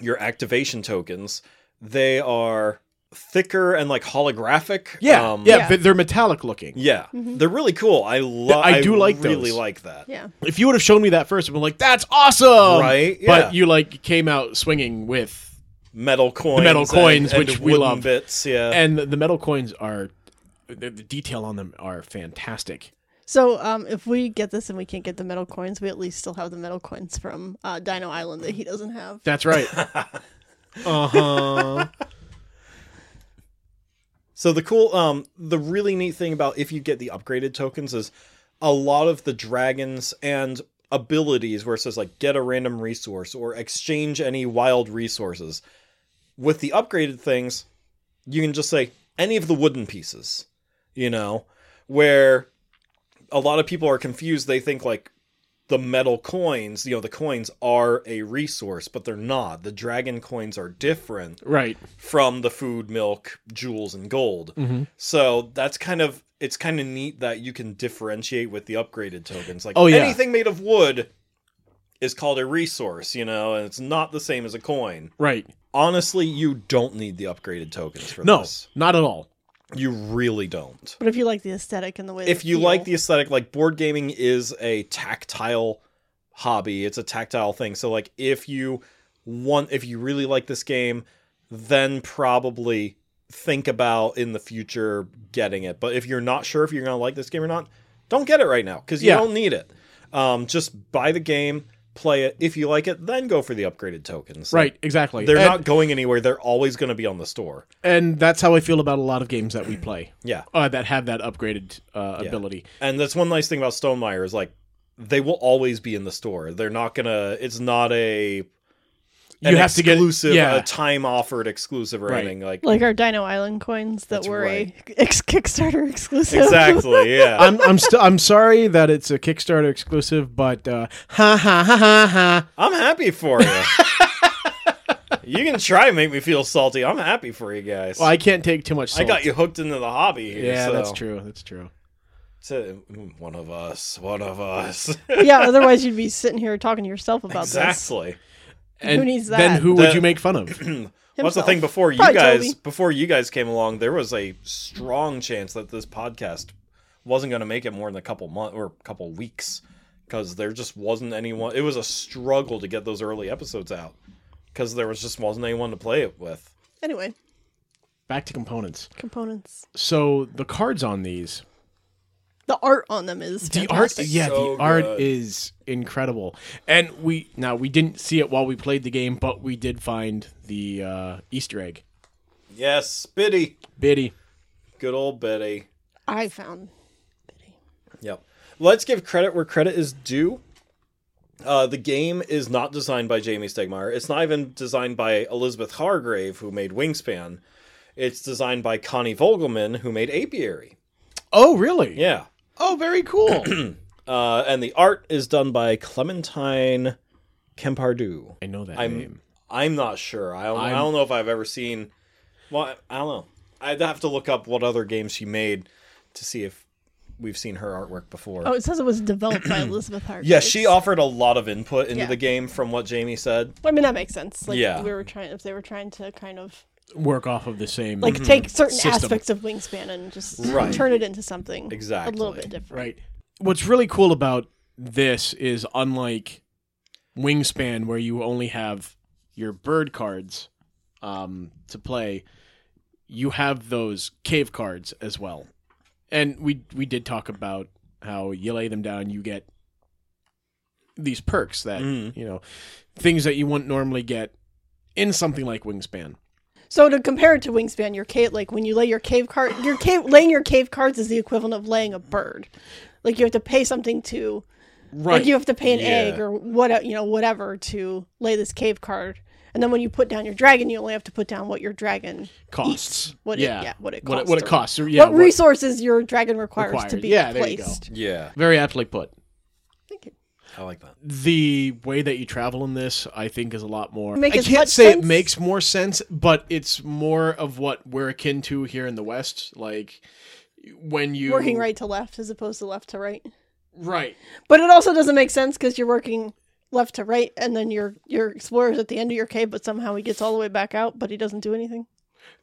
Speaker 2: your activation tokens, they are thicker and like holographic.
Speaker 3: Yeah,
Speaker 2: Um,
Speaker 3: yeah,
Speaker 4: Yeah.
Speaker 3: but they're metallic looking.
Speaker 2: Yeah. They're really cool. I love
Speaker 3: I do like
Speaker 2: really
Speaker 3: those.
Speaker 2: like that.
Speaker 4: Yeah.
Speaker 3: If you would have shown me that first, I'd been like, "That's awesome!"
Speaker 2: Right, yeah.
Speaker 3: But you like came out swinging with,
Speaker 2: Metal coins.
Speaker 3: metal
Speaker 2: and-
Speaker 3: coins,
Speaker 2: and
Speaker 3: which we
Speaker 2: wooden
Speaker 3: love.
Speaker 2: bits, yeah.
Speaker 3: and the metal coins are the, the detail on them are fantastic.
Speaker 4: So um, if we get this and we can't get the metal coins, we at least still have the metal coins from uh, Dino Island that he doesn't have.
Speaker 3: That's right. uh huh.
Speaker 2: So the cool, um, the really neat thing about if you get the upgraded tokens is a lot of the dragons and abilities where it says like get a random resource or exchange any wild resources. With the upgraded things, you can just say any of the wooden pieces, you know, where a lot of people are confused. They think like the metal coins, you know, the coins are a resource, but they're not. The dragon coins are different
Speaker 3: Right.
Speaker 2: from the food, milk, jewels, and gold.
Speaker 3: Mhm.
Speaker 2: So that's kind of it's kind of neat that you can differentiate with the upgraded tokens. Like
Speaker 3: Oh, yeah.
Speaker 2: anything made of wood is called a resource, you know, and it's not the same as a coin.
Speaker 3: Right.
Speaker 2: Honestly, you don't need the upgraded tokens for
Speaker 3: No,
Speaker 2: this.
Speaker 3: not at all.
Speaker 2: You really don't.
Speaker 4: But if you like the aesthetic and the way they
Speaker 2: If you
Speaker 4: feel-
Speaker 2: like the aesthetic, like board gaming is a tactile hobby. It's a tactile thing. So like if you want if you really like this game, then probably think about in the future getting it. But if you're not sure if you're going to like this game or not, don't get it right now cuz you
Speaker 3: Yeah.
Speaker 2: don't need it. Um just buy the game, play it. If you like it, then go for the upgraded tokens. Like,
Speaker 3: Right. Exactly.
Speaker 2: they're
Speaker 3: and,
Speaker 2: not going anywhere. They're always going to be on the store.
Speaker 3: and that's how I feel about a lot of games that we play
Speaker 2: Yeah.
Speaker 3: uh, that have that upgraded uh, ability.
Speaker 2: And that's one nice thing about Stonemeyer is like they will always be in the store. They're not gonna. It's not a an
Speaker 3: You have to get
Speaker 2: exclusive,
Speaker 3: yeah.
Speaker 2: a time offered exclusive or
Speaker 3: Right.
Speaker 2: anything like.
Speaker 4: like our Dino Island coins that
Speaker 2: That's
Speaker 4: were
Speaker 2: right.
Speaker 4: a ex- Kickstarter exclusive.
Speaker 2: Exactly. Yeah.
Speaker 3: I'm I'm still I'm sorry that it's a Kickstarter exclusive, but uh, ha ha ha ha ha.
Speaker 2: I'm happy for you. you can try and make me feel salty. I'm happy for you guys.
Speaker 3: Well, I can't take too much.
Speaker 2: I
Speaker 3: Salt.
Speaker 2: got you hooked into the hobby here.
Speaker 3: Yeah,
Speaker 2: so-
Speaker 3: that's true. That's true.
Speaker 2: So, mm, one of us. One of us.
Speaker 4: yeah, otherwise you'd be sitting here talking to yourself about
Speaker 2: exactly.
Speaker 3: And
Speaker 4: needs
Speaker 3: Then
Speaker 4: that?
Speaker 3: who would
Speaker 2: The-
Speaker 3: you make fun of?
Speaker 4: this.
Speaker 2: What's the
Speaker 4: himself.
Speaker 2: thing before you
Speaker 4: Probably
Speaker 2: guys
Speaker 4: Toby.
Speaker 2: before you guys came along, there was a strong chance that this podcast wasn't going to make it more than a couple months or a couple weeks because there just wasn't anyone. It was a struggle to get those early episodes out because there was just wasn't anyone to play it with.
Speaker 4: Anyway,
Speaker 3: Back to components.
Speaker 4: components.
Speaker 3: So the cards on these,
Speaker 4: The art on them is
Speaker 3: the
Speaker 4: fantastic.
Speaker 3: art, yeah,
Speaker 2: So
Speaker 3: the art
Speaker 2: good.
Speaker 3: is incredible. And we now we didn't see it while we played the game, but we did find the uh, Easter egg.
Speaker 2: Yes, Biddy,
Speaker 3: Biddy,
Speaker 2: good old Biddy.
Speaker 4: I found.
Speaker 2: Yep. Let's give credit where credit is due. Uh, the game is not designed by Jamie Stegmeyer. It's not even designed by Elizabeth Hargrave, who made Wingspan. It's designed by Connie Vogelman, who made Apiary.
Speaker 3: Oh, really?
Speaker 2: Yeah.
Speaker 3: Oh, very cool.
Speaker 2: Uh, and the art is done by Clementine Kempardu.
Speaker 3: I know that
Speaker 2: I'm-
Speaker 3: name.
Speaker 2: I'm not sure. I don't, I
Speaker 3: I'm-
Speaker 2: don't know if I've ever seen. Well, I- I don't know. I'd have to look up what other games she made to see if we've seen her artwork before.
Speaker 4: Oh, it says it was developed by Elizabeth Hart.
Speaker 2: Yeah, she offered a lot of input into
Speaker 4: Yeah.
Speaker 2: the game from what Jamie said.
Speaker 4: Well, I mean that makes sense. Like
Speaker 2: Yeah.
Speaker 4: we were trying if they were trying to kind of
Speaker 3: Work off of the same.
Speaker 4: like take certain
Speaker 3: Mm-hmm. System.
Speaker 4: aspects of wingspan and just
Speaker 2: Right.
Speaker 4: turn it into something a
Speaker 2: Exactly.
Speaker 4: little bit different.
Speaker 3: Right. What's really cool about this is unlike Wingspan, where you only have your bird cards um, to play, you have those cave cards as well. And we we did talk about how you lay them down, you get these perks that
Speaker 2: Mhm.
Speaker 3: you know things that you wouldn't normally get in something like Wingspan.
Speaker 4: So to compare it to wingspan, your cave like when you lay your cave card, your cave laying your cave cards is the equivalent of laying a bird. Like you have to pay something to
Speaker 3: Right.
Speaker 4: like you have to pay an
Speaker 2: Yeah.
Speaker 4: egg or what you know whatever to lay this cave card. And then when you put down your dragon, you only have to put down what your dragon
Speaker 3: costs.
Speaker 4: what it- yeah,
Speaker 3: What
Speaker 4: what it
Speaker 3: it,
Speaker 4: costs
Speaker 3: what it
Speaker 4: or-
Speaker 3: costs. Or, yeah,
Speaker 4: what resources your dragon requires to
Speaker 3: required.
Speaker 4: be
Speaker 3: Yeah, there you go.
Speaker 4: placed.
Speaker 2: Yeah.
Speaker 3: very aptly put.
Speaker 4: Thank you.
Speaker 2: I like that.
Speaker 3: the way that you travel in this, I think, is a lot more.
Speaker 4: Make
Speaker 3: I
Speaker 4: as
Speaker 3: can't
Speaker 4: much
Speaker 3: say it
Speaker 4: sense?
Speaker 3: makes more sense, but it's more of what we're akin to here in the West. Like when you
Speaker 4: Working right to left as opposed to left to right.
Speaker 3: right,
Speaker 4: But it also doesn't make sense because you're working left to right, and then your your explorer's at the end of your cave, but somehow he gets all the way back out, but he doesn't do anything.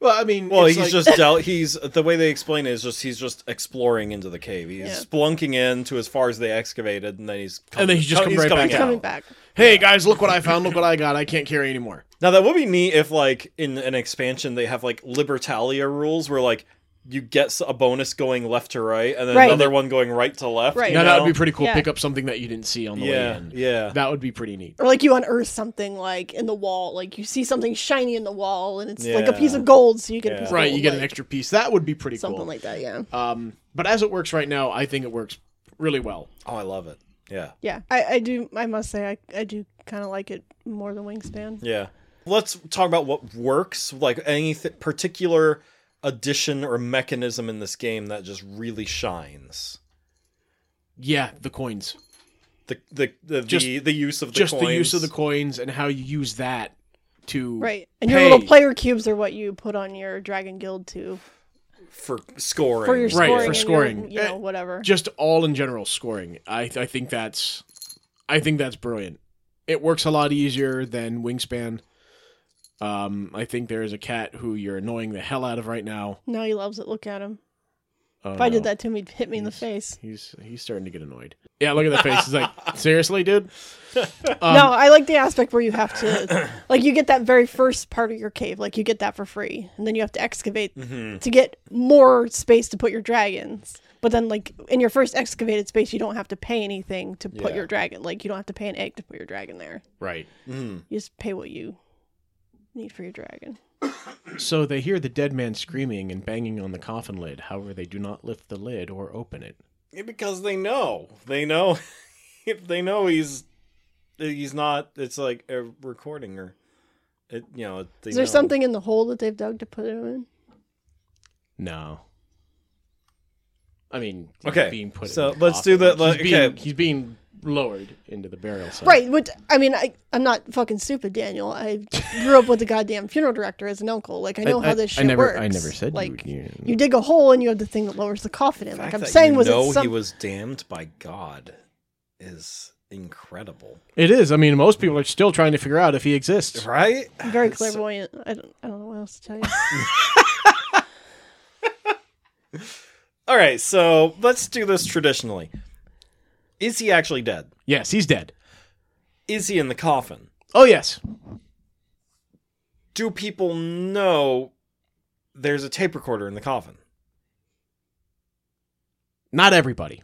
Speaker 3: Well, I mean,
Speaker 2: Well,
Speaker 3: it's
Speaker 2: he's
Speaker 3: like-
Speaker 2: just del- he's the way they explain it is just he's just exploring into the cave. He's
Speaker 4: Yeah.
Speaker 2: splunking in to as far as they excavated, and then he's coming,
Speaker 3: And then he's just come right
Speaker 2: coming
Speaker 3: back
Speaker 4: He's
Speaker 2: out.
Speaker 4: coming back.
Speaker 3: hey guys, look what I found, look what I got. I can't carry anymore.
Speaker 2: Now that would be neat if like in an expansion they have like Libertalia rules where like you get s- a bonus going left to right and then
Speaker 4: Right.
Speaker 2: another one going right to left.
Speaker 4: Right.
Speaker 2: you
Speaker 3: Now that would
Speaker 2: know?
Speaker 3: be pretty cool.
Speaker 4: Yeah.
Speaker 3: Pick up something that you didn't see on the way
Speaker 2: Yeah,
Speaker 3: in.
Speaker 2: yeah.
Speaker 3: That would be pretty neat.
Speaker 4: Or like you unearth something like in the wall, like you see something shiny in the wall, and it's like a
Speaker 2: Yeah.
Speaker 4: piece of gold, so you get a
Speaker 2: Yeah.
Speaker 4: piece of
Speaker 3: Right,
Speaker 4: gold,
Speaker 3: you get an
Speaker 4: like,
Speaker 3: extra piece. That would be pretty
Speaker 4: something
Speaker 3: cool.
Speaker 4: like that. Yeah,
Speaker 3: um, but as it works right now, I think it works really well.
Speaker 2: Oh, I love it. Yeah,
Speaker 4: yeah. I, I do. I must say, I I do kind of like it more than Wingspan.
Speaker 2: yeah. Let's talk about what works. Like any th- particular addition or mechanism in this game that just really shines.
Speaker 3: Yeah, the coins.
Speaker 2: The the the
Speaker 3: Just-
Speaker 2: the, the use of the
Speaker 3: just the
Speaker 2: coins.
Speaker 3: use of the coins and how you use that to
Speaker 4: Right, and your little player cubes are what you put on your Dragon Guild too
Speaker 2: for scoring.
Speaker 4: for your
Speaker 3: Right,
Speaker 4: scoring,
Speaker 3: for
Speaker 4: and your,
Speaker 3: scoring.
Speaker 4: you know,
Speaker 3: Eh,
Speaker 4: whatever.
Speaker 3: just all in general scoring. I I think that's I think that's brilliant. It works a lot easier than Wingspan. Um, I think there is a cat who you're annoying the hell out of right now.
Speaker 4: Now he loves it. Look at him.
Speaker 3: Oh,
Speaker 4: If I did
Speaker 3: no.
Speaker 4: that to him, he'd hit me in the face.
Speaker 3: he's he's starting to get annoyed. Yeah, look at that face. He's like, seriously, dude. Um,
Speaker 4: no, I like the aspect where you have to, like, you get that very first part of your cave, like you get that for free, and then you have to excavate to get more space to put your dragons. But then, like in your first excavated space, you don't have to pay anything to put
Speaker 2: Yeah.
Speaker 4: your dragon. Like you don't have to pay an egg to put your dragon there.
Speaker 3: Right.
Speaker 2: Mhm.
Speaker 4: You just pay what you need for your dragon.
Speaker 3: So they hear the dead man screaming and banging on the coffin lid. However, they do not lift the lid or open it.
Speaker 2: Yeah, because they know they know they know he's he's not it's like a recording or it you know they
Speaker 4: Is there
Speaker 2: know.
Speaker 4: something in the hole that they've dug to put him in?
Speaker 3: No. I mean, he's
Speaker 2: Okay,
Speaker 3: being put.
Speaker 2: so
Speaker 3: in the
Speaker 2: let's do
Speaker 3: coffin.
Speaker 2: the-
Speaker 3: He's being,
Speaker 2: okay.
Speaker 3: he's being lowered into the burial site.
Speaker 4: Right, which I mean, I I'm not fucking stupid, Daniel. I grew up with a goddamn funeral director as an uncle. Like I know how this shit
Speaker 3: I never,
Speaker 4: works.
Speaker 3: I never said
Speaker 4: like you,
Speaker 3: you. you-
Speaker 4: dig a hole and you have the thing that lowers the coffin in.
Speaker 2: The
Speaker 4: Like
Speaker 2: fact
Speaker 4: I'm
Speaker 2: that
Speaker 4: saying,
Speaker 2: you
Speaker 4: was
Speaker 2: know
Speaker 4: it some?
Speaker 2: he was damned by God is incredible,
Speaker 3: It is. I mean, most people are still trying to figure out if he exists.
Speaker 2: right?
Speaker 4: I'm very
Speaker 2: It's-
Speaker 4: clairvoyant. I don't I don't know what else to tell you.
Speaker 2: All right, so let's do this traditionally. Is he actually dead?
Speaker 3: Yes, he's dead.
Speaker 2: Is he in the coffin?
Speaker 3: Oh yes.
Speaker 2: Do people know there's a tape recorder in the coffin?
Speaker 3: Not everybody.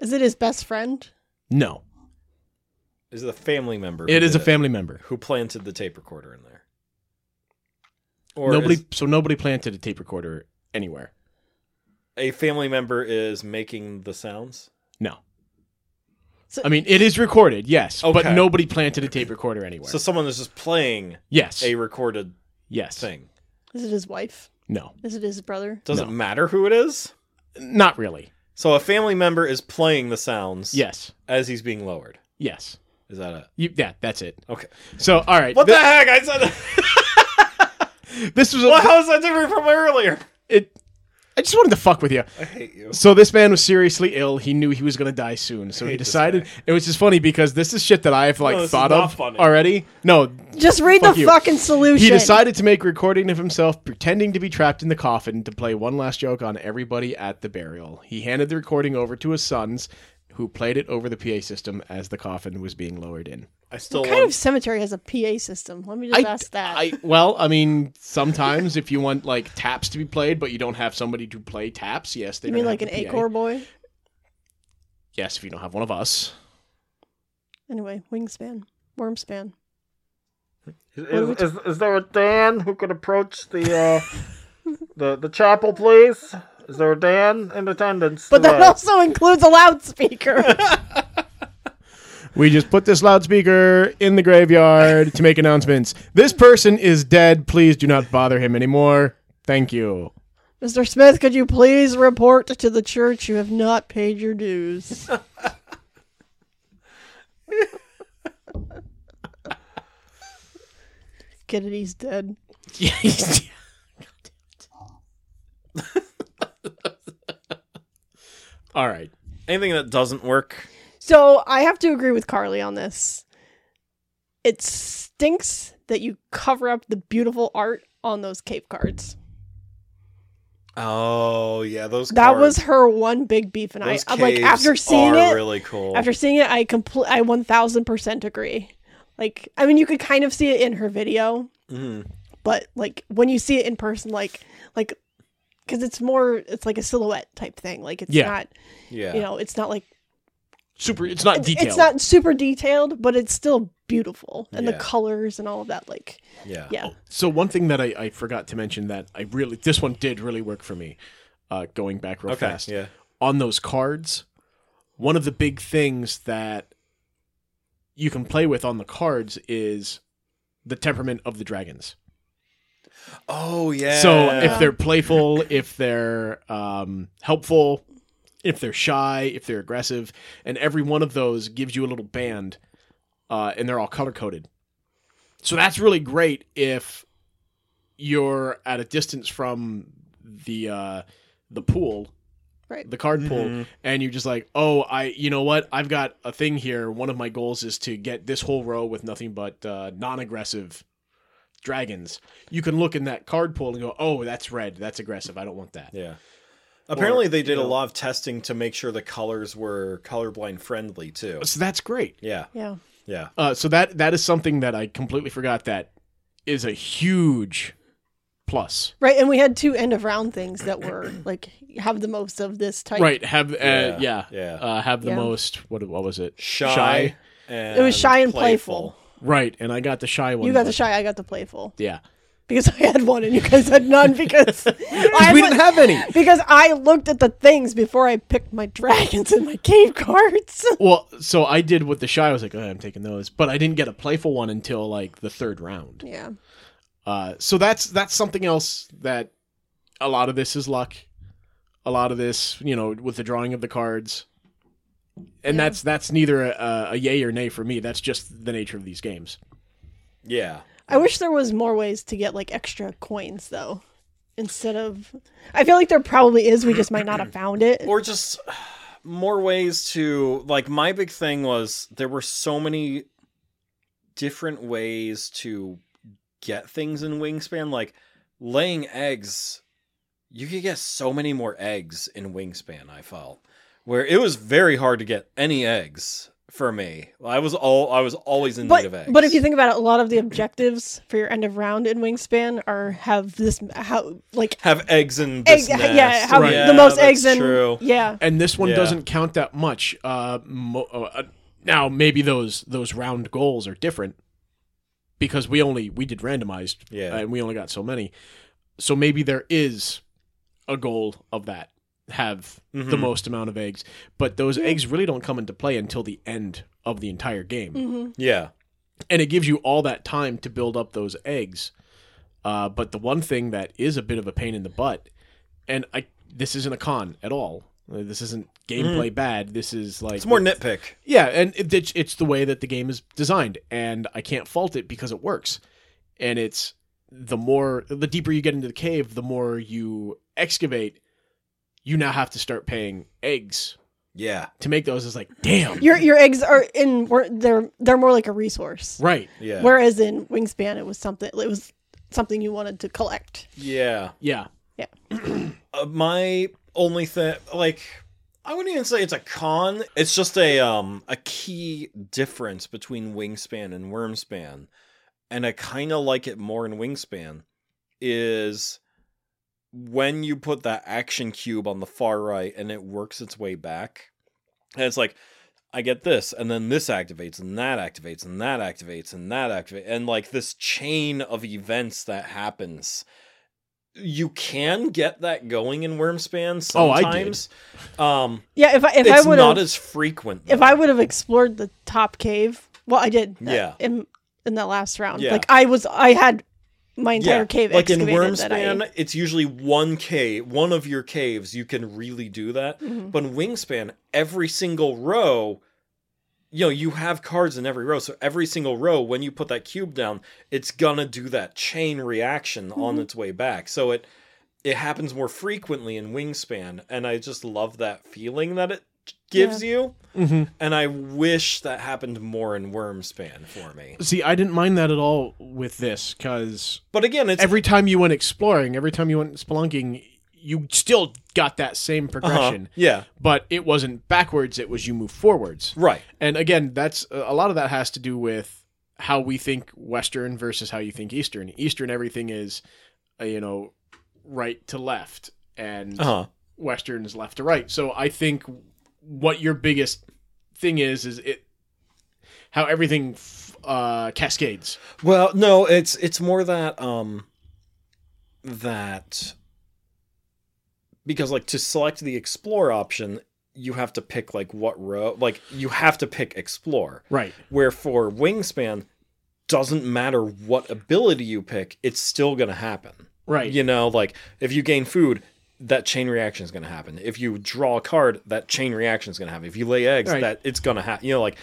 Speaker 4: Is it his best friend?
Speaker 3: No.
Speaker 2: Is it a family member? who
Speaker 3: It is a
Speaker 2: did
Speaker 3: family member.
Speaker 2: who planted the tape recorder in there. Or
Speaker 3: nobody.
Speaker 2: is-
Speaker 3: So nobody planted a tape recorder anywhere.
Speaker 2: a family member is making the sounds.
Speaker 3: No.
Speaker 4: So-
Speaker 3: I mean, it is recorded. Yes, but
Speaker 2: Okay.
Speaker 3: nobody planted a tape recorder anywhere.
Speaker 2: So someone is just playing
Speaker 3: yes.
Speaker 2: a recorded
Speaker 3: yes.
Speaker 2: thing.
Speaker 4: Is it his wife?
Speaker 3: No.
Speaker 4: Is it his brother?
Speaker 2: Doesn't
Speaker 3: No.
Speaker 2: matter who it is.
Speaker 3: Not really.
Speaker 2: So a family member is playing the sounds
Speaker 3: Yes.
Speaker 2: as he's being lowered.
Speaker 3: Yes.
Speaker 2: Is that it?
Speaker 3: You, yeah, that's it.
Speaker 2: Okay.
Speaker 3: So, all right.
Speaker 2: What
Speaker 3: thi-
Speaker 2: the heck? I said
Speaker 3: this was a,
Speaker 2: well, how is that different from earlier?
Speaker 3: it. I just wanted to fuck with you.
Speaker 2: I hate you.
Speaker 3: So this man was seriously ill. He knew he was gonna die soon. So he
Speaker 2: hate this
Speaker 3: decided. It was just funny because this is shit that I've like
Speaker 2: No, this is
Speaker 3: thought
Speaker 2: not
Speaker 3: of
Speaker 2: funny.
Speaker 3: already. No,
Speaker 4: Just read
Speaker 3: Fuck
Speaker 4: the
Speaker 3: you.
Speaker 4: fucking solution.
Speaker 3: he decided to make a recording of himself pretending to be trapped in the coffin to play one last joke on everybody at the burial. He handed the recording over to his sons, who played it over the PA system as the coffin was being lowered in.
Speaker 2: I still
Speaker 4: What kind
Speaker 2: want-
Speaker 4: of cemetery has a PA system? Let me just ask that.
Speaker 3: I well, I mean, sometimes if you want like taps to be played, but you don't have somebody to play taps, yes, they
Speaker 4: you
Speaker 3: don't
Speaker 4: mean
Speaker 3: have
Speaker 4: like an
Speaker 3: the PA.
Speaker 4: Acor boy?
Speaker 3: Yes, if you don't have one of us.
Speaker 4: Anyway, wingspan, wormspan.
Speaker 5: Is, is, is there a Dan who could approach the uh, the the chapel, please? Is there a Dan in attendance? uh,
Speaker 4: But that
Speaker 5: today?
Speaker 4: also includes a loudspeaker.
Speaker 3: We just put this loudspeaker in the graveyard to make announcements. This person is dead. Please do not bother him anymore. Thank you.
Speaker 4: Mr. Smith, could you please report to the church you have not paid your dues? Get it? He's dead.
Speaker 3: Yeah, he's- yeah. All right.
Speaker 2: Anything that doesn't work.
Speaker 4: So I have to agree with Carly on this. It stinks that you cover up the beautiful art on those cave cards.
Speaker 2: Oh yeah, those
Speaker 4: That was her one big beef, and I, I'm like after seeing it,
Speaker 2: really cool.
Speaker 4: after seeing it, I complete, I 1,000 percent agree. Like, I mean, you could kind of see it in her video,
Speaker 2: Mhm.
Speaker 4: but like when you see it in person, like, like, because it's more, it's like a silhouette type thing. Like, it's
Speaker 3: Yeah.
Speaker 4: not,
Speaker 2: yeah,
Speaker 4: you know, it's not like
Speaker 3: Super. It's not
Speaker 4: it's-
Speaker 3: detailed.
Speaker 4: It's not super detailed, but it's still beautiful, and
Speaker 2: Yeah.
Speaker 4: the colors and all of that. Like,
Speaker 2: yeah,
Speaker 4: yeah,
Speaker 3: So one thing that I, I forgot to mention that I really this one did really work for me. Uh, going back real
Speaker 2: Okay,
Speaker 3: fast
Speaker 2: yeah,
Speaker 3: on those cards, one of the big things that you can play with on the cards is the temperament of the dragons.
Speaker 2: oh yeah.
Speaker 3: So
Speaker 4: Yeah.
Speaker 3: if they're playful, if they're um, helpful, if they're shy, if they're aggressive, and every one of those gives you a little band, uh, and they're all color coded. So that's really great if you're at a distance from the uh, the pool,
Speaker 4: right.
Speaker 3: the card pool,
Speaker 2: Mhm.
Speaker 3: and you're just like, oh, I, you know what? I've got a thing here. One of my goals is to get this whole row with nothing but uh, non-aggressive dragons. You can look in that card pool and go, oh, that's red. That's aggressive. I don't want that.
Speaker 2: yeah. Apparently, they did
Speaker 3: you
Speaker 2: a
Speaker 3: know-
Speaker 2: lot of testing to make sure the colors were colorblind friendly too.
Speaker 3: So that's great.
Speaker 2: Yeah,
Speaker 4: yeah,
Speaker 2: yeah.
Speaker 3: Uh, so that that is something that I completely forgot. That is a huge plus.
Speaker 4: right. And we had two end of round things that were like have the most of this type.
Speaker 3: right. Have uh, yeah.
Speaker 2: Yeah,
Speaker 3: Yeah.
Speaker 2: yeah.
Speaker 3: Uh, have the
Speaker 4: Yeah.
Speaker 3: most. What what was it?
Speaker 2: Shy. And
Speaker 4: It was shy and playful.
Speaker 3: Right. And I got the shy one.
Speaker 4: You got
Speaker 3: but-
Speaker 4: the shy, I got the playful.
Speaker 3: Yeah.
Speaker 4: Because I had one and you guys had none because I
Speaker 3: we didn't have any.
Speaker 4: Because I looked at the things before I picked my dragons and my cave cards.
Speaker 3: Well, so I did with the shy. I was like, oh, I'm taking those, but I didn't get a playful one until like the third round.
Speaker 4: yeah.
Speaker 3: Uh, so that's that's something else that a lot of this is luck. A lot of this, you know, with the drawing of the cards, and
Speaker 4: Yeah.
Speaker 3: that's that's neither a, a yay or nay for me. That's just the nature of these games.
Speaker 2: Yeah.
Speaker 4: I wish there was more ways to get like extra coins though. Instead of I feel like there probably is, we just might not have found it.
Speaker 2: or just more ways to like my big thing was there were so many different ways to get things in wingspan like laying eggs you could get so many more eggs in wingspan i felt where it was very hard to get any eggs for me i was all i was always in need of eggs
Speaker 4: but, but if you think about it, a lot of the objectives for your end of round in Wingspan are have this how like
Speaker 2: have eggs in this
Speaker 4: egg-
Speaker 2: nest.
Speaker 4: yeah have
Speaker 3: Right.
Speaker 4: the most
Speaker 2: that's
Speaker 4: eggs in
Speaker 2: true.
Speaker 4: yeah
Speaker 3: And this one
Speaker 2: Yeah.
Speaker 3: doesn't count that much. Uh, mo- uh, uh, now maybe those those round goals are different because we only we did randomized
Speaker 2: Yeah.
Speaker 3: and we only got so many. So maybe there is a goal of that have the
Speaker 2: Mhm.
Speaker 3: most amount of eggs, but those eggs really don't come into play until the end of the entire game,
Speaker 4: hmm
Speaker 2: yeah
Speaker 3: and it gives you all that time to build up those eggs. Uh, but the one thing that is a bit of a pain in the butt, and I this isn't a con at all. Uh, This isn't gameplay bad. This is like
Speaker 2: Mm-hmm. it's more nitpick
Speaker 3: yeah, and it, it's it's the way that the game is designed, and I can't fault it because it works. And it's the more the deeper you get into the cave, the more you excavate. You now have to start paying eggs
Speaker 2: yeah
Speaker 3: to make those. It's like damn,
Speaker 4: your your eggs are in were- they're they're more like a resource
Speaker 3: right?
Speaker 2: yeah
Speaker 4: whereas in wingspan it was something it was something you wanted to collect
Speaker 2: yeah
Speaker 3: Yeah,
Speaker 2: uh, my only thing like i wouldn't even say it's a con it's just a um a key difference between wingspan and wormspan and i kind of like it more in wingspan is when you put that action cube on the far right and it works its way back and it's like i get this and then this activates and that activates and that activates and that activates and like this chain of events that happens you can get that going in wormspan
Speaker 3: Oh, I did.
Speaker 2: sometimes um
Speaker 4: yeah if i if
Speaker 2: it's
Speaker 4: i would
Speaker 2: not
Speaker 4: have
Speaker 2: as frequent
Speaker 4: if
Speaker 2: though.
Speaker 4: i would have explored the top cave well i did that
Speaker 2: Yeah.
Speaker 4: in in that last round
Speaker 2: Yeah.
Speaker 4: like i was i had my entire
Speaker 2: Yeah,
Speaker 4: cave
Speaker 2: like in
Speaker 4: excavated that I-
Speaker 2: Wormspan, it's usually one cave, one of your
Speaker 4: Mm-hmm.
Speaker 2: caves. You can really do that, but in Wingspan, every single row you know you have cards in every row so every single row when you put that cube down it's gonna do that chain reaction
Speaker 4: Mm-hmm.
Speaker 2: on its way back so it it happens more frequently in wingspan and i just love that feeling that it gives you and i wish that happened more in wormspan for me
Speaker 3: See, I didn't mind that at all with this because
Speaker 2: but again it's
Speaker 3: every time you went exploring, every time you went spelunking, you still got that same
Speaker 2: uh-huh,
Speaker 3: progression.
Speaker 2: yeah
Speaker 3: But it wasn't backwards; it was you move forwards.
Speaker 2: right
Speaker 3: And again, that's a lot of that has to do with how we think Western versus how you think Eastern. Eastern, everything is, uh, you know, right to left, and
Speaker 2: uh-huh
Speaker 3: Western is left to right. So I think what your biggest thing is is it how everything f- uh, cascades.
Speaker 2: Well, no, it's it's more that um that because like to select the explore option, you have to pick like what row, like you have to pick explore.
Speaker 3: Right.
Speaker 2: Where for wingspan doesn't matter what ability you pick, it's still going to happen.
Speaker 3: Right.
Speaker 2: You know, like if you gain food, that chain reaction is going to happen. If you draw a card, that chain reaction is going to happen. If you lay eggs,
Speaker 3: Right.
Speaker 2: that it's going to happen. You know, like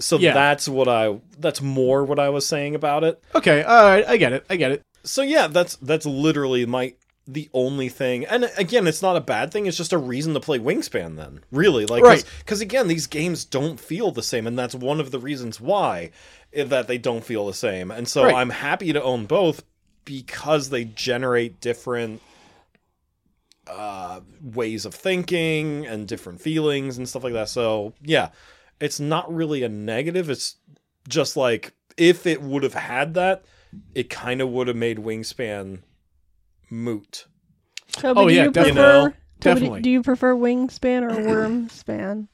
Speaker 2: so
Speaker 3: Yeah.
Speaker 2: that's what I that's more what I was saying about it.
Speaker 3: Okay. All right. I get it. I get it.
Speaker 2: So yeah, that's that's literally my the only thing. And again, it's not a bad thing. It's just a reason to play Wingspan then. Really, like
Speaker 3: Right.
Speaker 2: cuz again, these games don't feel the same and that's one of the reasons why eh, that they don't feel the same. And so
Speaker 3: Right.
Speaker 2: I'm happy to own both because they generate different uh ways of thinking and different feelings and stuff like that. So, yeah, it's not really a negative. It's just like if it would have had that, it kind of would have made Wingspan moot.
Speaker 4: Toby,
Speaker 3: Oh,
Speaker 4: do
Speaker 3: yeah,
Speaker 4: you
Speaker 3: def-
Speaker 2: you
Speaker 4: prefer,
Speaker 2: know,
Speaker 4: Toby,
Speaker 3: definitely.
Speaker 4: Do you prefer wingspan or worm span?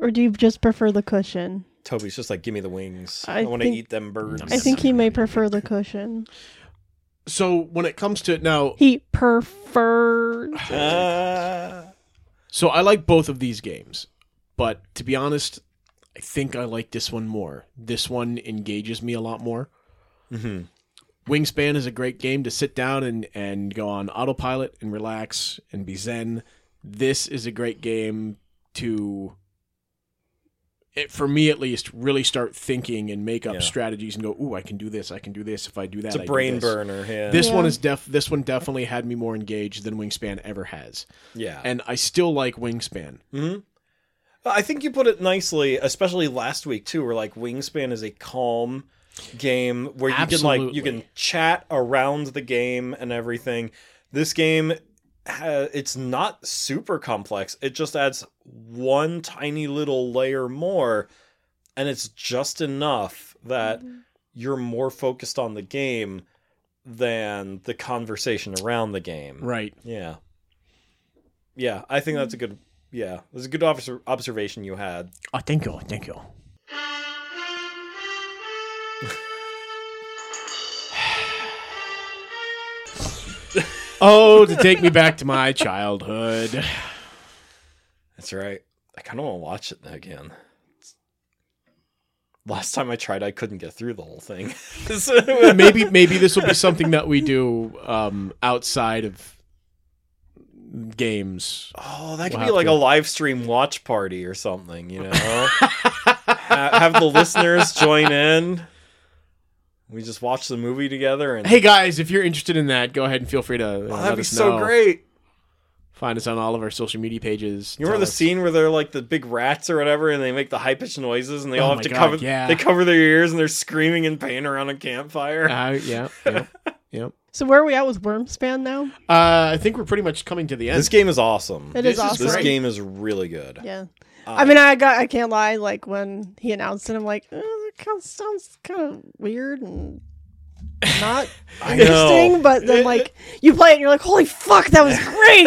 Speaker 4: Or do you just prefer the cushion?
Speaker 2: Toby's just like, give me the wings. I,
Speaker 4: I
Speaker 2: want to
Speaker 4: think-
Speaker 2: eat them birds.
Speaker 4: I think he may prefer the cushion.
Speaker 3: So when it comes to now,
Speaker 4: He prefers.
Speaker 2: Ah.
Speaker 3: so I like both of these games, but to be honest, I think I like this one more. This one engages me a lot more.
Speaker 2: Mhm.
Speaker 3: Wingspan is a great game to sit down and, and go on autopilot and relax and be zen. This is a great game to, it, for me at least, really start thinking and make up
Speaker 2: Yeah.
Speaker 3: strategies and go, ooh, I can do this, I can do this. If I do
Speaker 2: Ah.
Speaker 3: that,
Speaker 2: It's
Speaker 3: I
Speaker 2: a
Speaker 3: do
Speaker 2: brain
Speaker 3: this."
Speaker 2: burner. Yeah.
Speaker 3: This
Speaker 4: Yeah.
Speaker 3: one is def. This one definitely had me more engaged than Wingspan ever has,
Speaker 2: yeah.
Speaker 3: and I still like Wingspan.
Speaker 2: hmm I think you put it nicely, especially last week too, where like Wingspan is a calm game where you can like you
Speaker 3: Absolutely.
Speaker 2: can chat around the game and everything. This game, ha- it's not super complex. It just adds one tiny little layer more, and it's just enough that you're more focused on the game than the conversation around the game.
Speaker 3: Right.
Speaker 2: Yeah. Yeah, I think that's a good. Yeah, that's a good obser- observation you had.
Speaker 3: Oh, thank you, thank you. oh, to take me back to my childhood.
Speaker 2: That's right. I kind of want to watch it again. Last time I tried, I couldn't get through the whole thing. So-
Speaker 3: Maybe, maybe this will be something that we do um, outside of games.
Speaker 2: oh, that could
Speaker 3: We'll
Speaker 2: be
Speaker 3: have
Speaker 2: like a
Speaker 3: to-
Speaker 2: live stream watch party or something. You know, ha- have the listeners join in. We just watch the movie together and
Speaker 3: Hey guys, if you're interested in that, go ahead and feel free to uh,
Speaker 2: Oh,
Speaker 3: let
Speaker 2: that'd be
Speaker 3: us
Speaker 2: so
Speaker 3: know.
Speaker 2: great.
Speaker 3: Find us on all of our social media pages.
Speaker 2: You remember
Speaker 3: Tell
Speaker 2: the
Speaker 3: us-
Speaker 2: scene where they're like the big rats or whatever, and they make the high pitched noises, and they
Speaker 3: Oh
Speaker 2: all have
Speaker 3: my
Speaker 2: to
Speaker 3: God,
Speaker 2: cover.
Speaker 3: yeah.
Speaker 2: They cover their ears, and they're screaming in pain around a campfire.
Speaker 3: Uh, yeah, yeah, yeah.
Speaker 4: So where are we at with worm span now?
Speaker 3: Uh, I think we're pretty much coming to the end.
Speaker 2: this game is awesome.
Speaker 4: It
Speaker 3: This is
Speaker 4: is awesome.
Speaker 2: This
Speaker 3: great.
Speaker 2: game is really good.
Speaker 4: Yeah.
Speaker 2: Uh,
Speaker 4: I mean, I got. I can't lie. Like when he announced it, I'm like, eh, that kind of sounds kind of weird and not
Speaker 2: I
Speaker 4: interesting.
Speaker 2: know.
Speaker 4: But then, like, you play it, and you're like, holy fuck, that was great.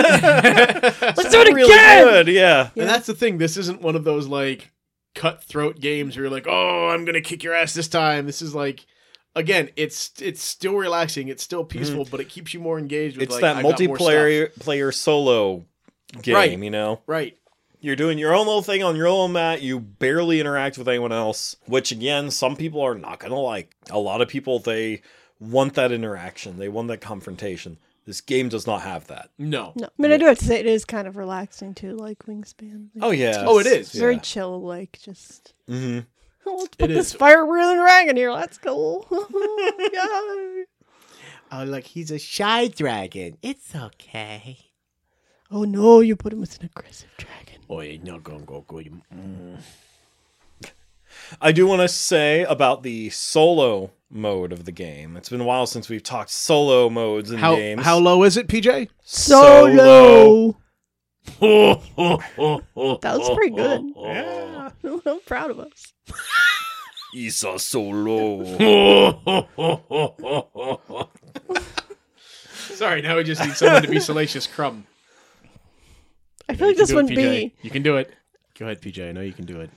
Speaker 4: Let's do it
Speaker 2: Really
Speaker 4: again.
Speaker 2: good. Yeah.
Speaker 4: Yeah.
Speaker 3: And that's the thing. This isn't one of those like cutthroat games where you're like, "Oh, I'm gonna kick your ass this time." This is like, again, it's it's still relaxing. It's still peaceful, but it keeps you more engaged. With,
Speaker 2: It's
Speaker 3: like,
Speaker 2: that
Speaker 3: "I got more stuff."
Speaker 2: multiplayer player solo game.
Speaker 3: Right.
Speaker 2: You know,
Speaker 3: right?
Speaker 2: you're doing your own little thing on your own mat. You barely interact with anyone else, which again, some people are not gonna like. A lot of people they want that interaction. They want that confrontation. This game does not have that.
Speaker 3: No.
Speaker 4: No, I mean I do have to say it is kind of relaxing too, like Wingspan. Like,
Speaker 2: Oh yeah.
Speaker 3: Oh, it is.
Speaker 4: it's very chill. Like just "Oh,
Speaker 2: hmm
Speaker 4: let's put
Speaker 3: It
Speaker 4: this
Speaker 3: is.
Speaker 4: fire breathing dragon here. Let's go. Yeah.
Speaker 6: Oh, look, he's a shy dragon. It's okay.
Speaker 4: Oh no, you put him with an aggressive dragon.
Speaker 3: Oh, it's not gonna go good.
Speaker 2: I do want to say about the solo mode of the game. It's been a while since we've talked solo modes in
Speaker 3: How
Speaker 2: games.
Speaker 3: how low is it, PJ?
Speaker 4: Solo.
Speaker 3: that
Speaker 4: That was
Speaker 3: was
Speaker 4: pretty good.
Speaker 2: Yeah.
Speaker 4: I'm proud of us.
Speaker 2: Isa solo.
Speaker 3: Sorry, now we just need someone to be Salacious Crumb.
Speaker 4: I feel like this
Speaker 3: one
Speaker 4: would be
Speaker 3: You can do it. Go ahead, PJ. I know you can do it.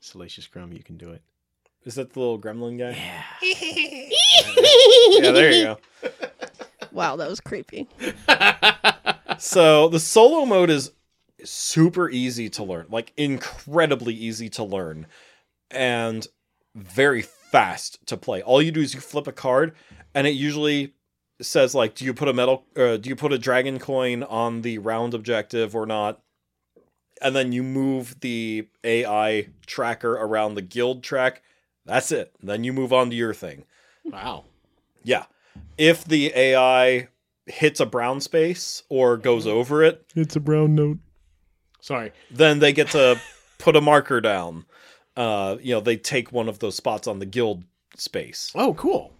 Speaker 3: Salacious Crumb, you can do it.
Speaker 2: Is that the little gremlin guy? Yeah. yeah, there you go.
Speaker 4: wow. That was creepy.
Speaker 2: So the solo mode is super easy to learn, like incredibly easy to learn, and very fast to play. All you do is you flip a card, and it usually says like, do you put a metal, uh, do you put a dragon coin on the round objective or not? And then you move the AI tracker around the guild track. That's it. Then you move on to your thing.
Speaker 3: Wow.
Speaker 2: Yeah. If the AI hits a brown space or goes over it,
Speaker 3: It's a brown note. Sorry.
Speaker 2: then they get to put a marker down. Uh, you know, they take one of those spots on the guild space,
Speaker 3: Oh, cool.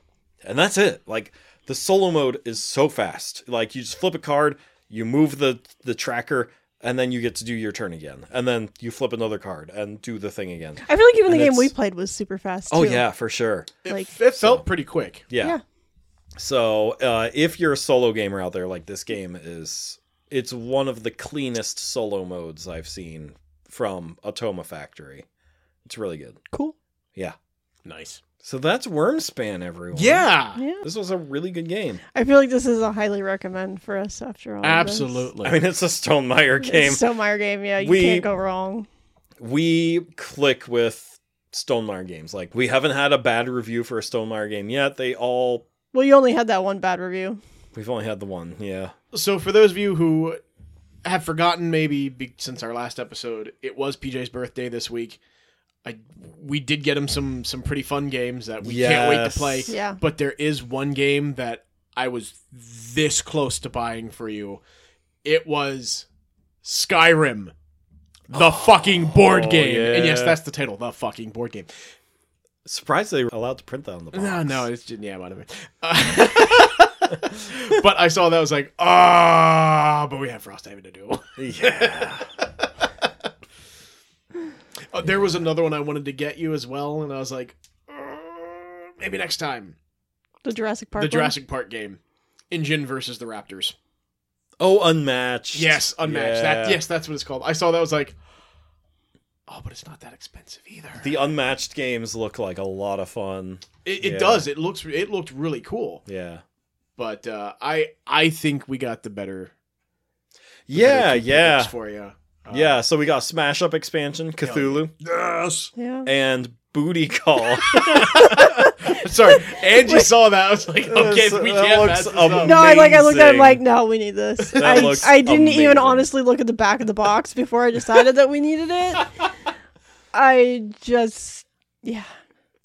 Speaker 2: and that's it. Like the solo mode is so fast. Like you just flip a card, you move the the tracker, and then you get to do your turn again, and then you flip another card and do the thing again.
Speaker 4: I feel like even the
Speaker 2: And
Speaker 4: game we
Speaker 2: it's-
Speaker 4: played was super fast.
Speaker 2: Oh
Speaker 4: too.
Speaker 2: yeah, for sure.
Speaker 4: Like
Speaker 3: It felt pretty quick.
Speaker 2: Yeah.
Speaker 4: Yeah.
Speaker 2: So uh, if you're a solo gamer out there, like this game is, it's one of the cleanest solo modes I've seen from Atoma Factory. It's really good.
Speaker 4: cool.
Speaker 2: Yeah.
Speaker 3: Nice.
Speaker 2: So that's Wormspan, everyone.
Speaker 3: Yeah.
Speaker 4: Yeah.
Speaker 2: This was a really good game.
Speaker 4: I feel like this is a highly recommend for us after all. of this.
Speaker 3: Absolutely.
Speaker 2: I mean, it's a Stone Meyer game.
Speaker 4: It's so Meyer game, yeah. You
Speaker 2: We-
Speaker 4: can't go wrong.
Speaker 2: we click with Stone Meyer games. Like, we haven't had a bad review for a Stone Meyer game yet. They all,
Speaker 4: Well, you only had that one bad review.
Speaker 2: we've only had the one. Yeah.
Speaker 3: so for those of you who have forgotten maybe be- since our last episode it was pj's birthday this week I, we did get him some some pretty fun games that we can't wait
Speaker 2: Yes.
Speaker 3: to play
Speaker 4: Yeah.
Speaker 3: but there is one game that i was this close to buying for you it was skyrim the fucking board game and yes
Speaker 2: yeah.
Speaker 3: that's the title the fucking board game
Speaker 2: Surprised they were allowed to print that on the box.
Speaker 3: no, no, it's just yeah, whatever. Uh, but I saw that I was like, ah, but we have Frosthaven to do.
Speaker 2: Yeah.
Speaker 3: Uh, there was another one I wanted to get you as well, and I was like, "Uh, maybe next time.
Speaker 4: The Jurassic Park.
Speaker 3: the
Speaker 4: one.
Speaker 3: Jurassic Park game, Engine versus the Raptors.
Speaker 2: Oh, unmatched.
Speaker 3: Yes, unmatched. That
Speaker 2: Yeah.
Speaker 3: yes, that's what it's called. I saw that I was like, oh, but it's not that expensive either.
Speaker 2: The unmatched games look like a lot of fun.
Speaker 3: it it
Speaker 2: yeah.
Speaker 3: does. It looks it looked really cool,
Speaker 2: Yeah.
Speaker 3: but uh, I I think we got the better. the
Speaker 2: Yeah,
Speaker 3: better two picks
Speaker 2: yeah.
Speaker 3: for you. Uh,
Speaker 2: Yeah, so we got Smash Up expansion, Cthulhu,
Speaker 3: Yes.
Speaker 4: Yeah.
Speaker 2: and Booty Call.
Speaker 3: Sorry, Angie saw that. I was like, okay,
Speaker 2: That's-
Speaker 3: we
Speaker 2: that
Speaker 3: can't
Speaker 2: looks
Speaker 3: mess this up.
Speaker 4: No, I like I looked at it
Speaker 2: amazing.
Speaker 4: like, no, we need this.
Speaker 2: That
Speaker 4: I,
Speaker 2: looks
Speaker 4: I didn't even
Speaker 2: amazing.
Speaker 4: honestly look at the back of the box before I decided that we needed it. I just yeah.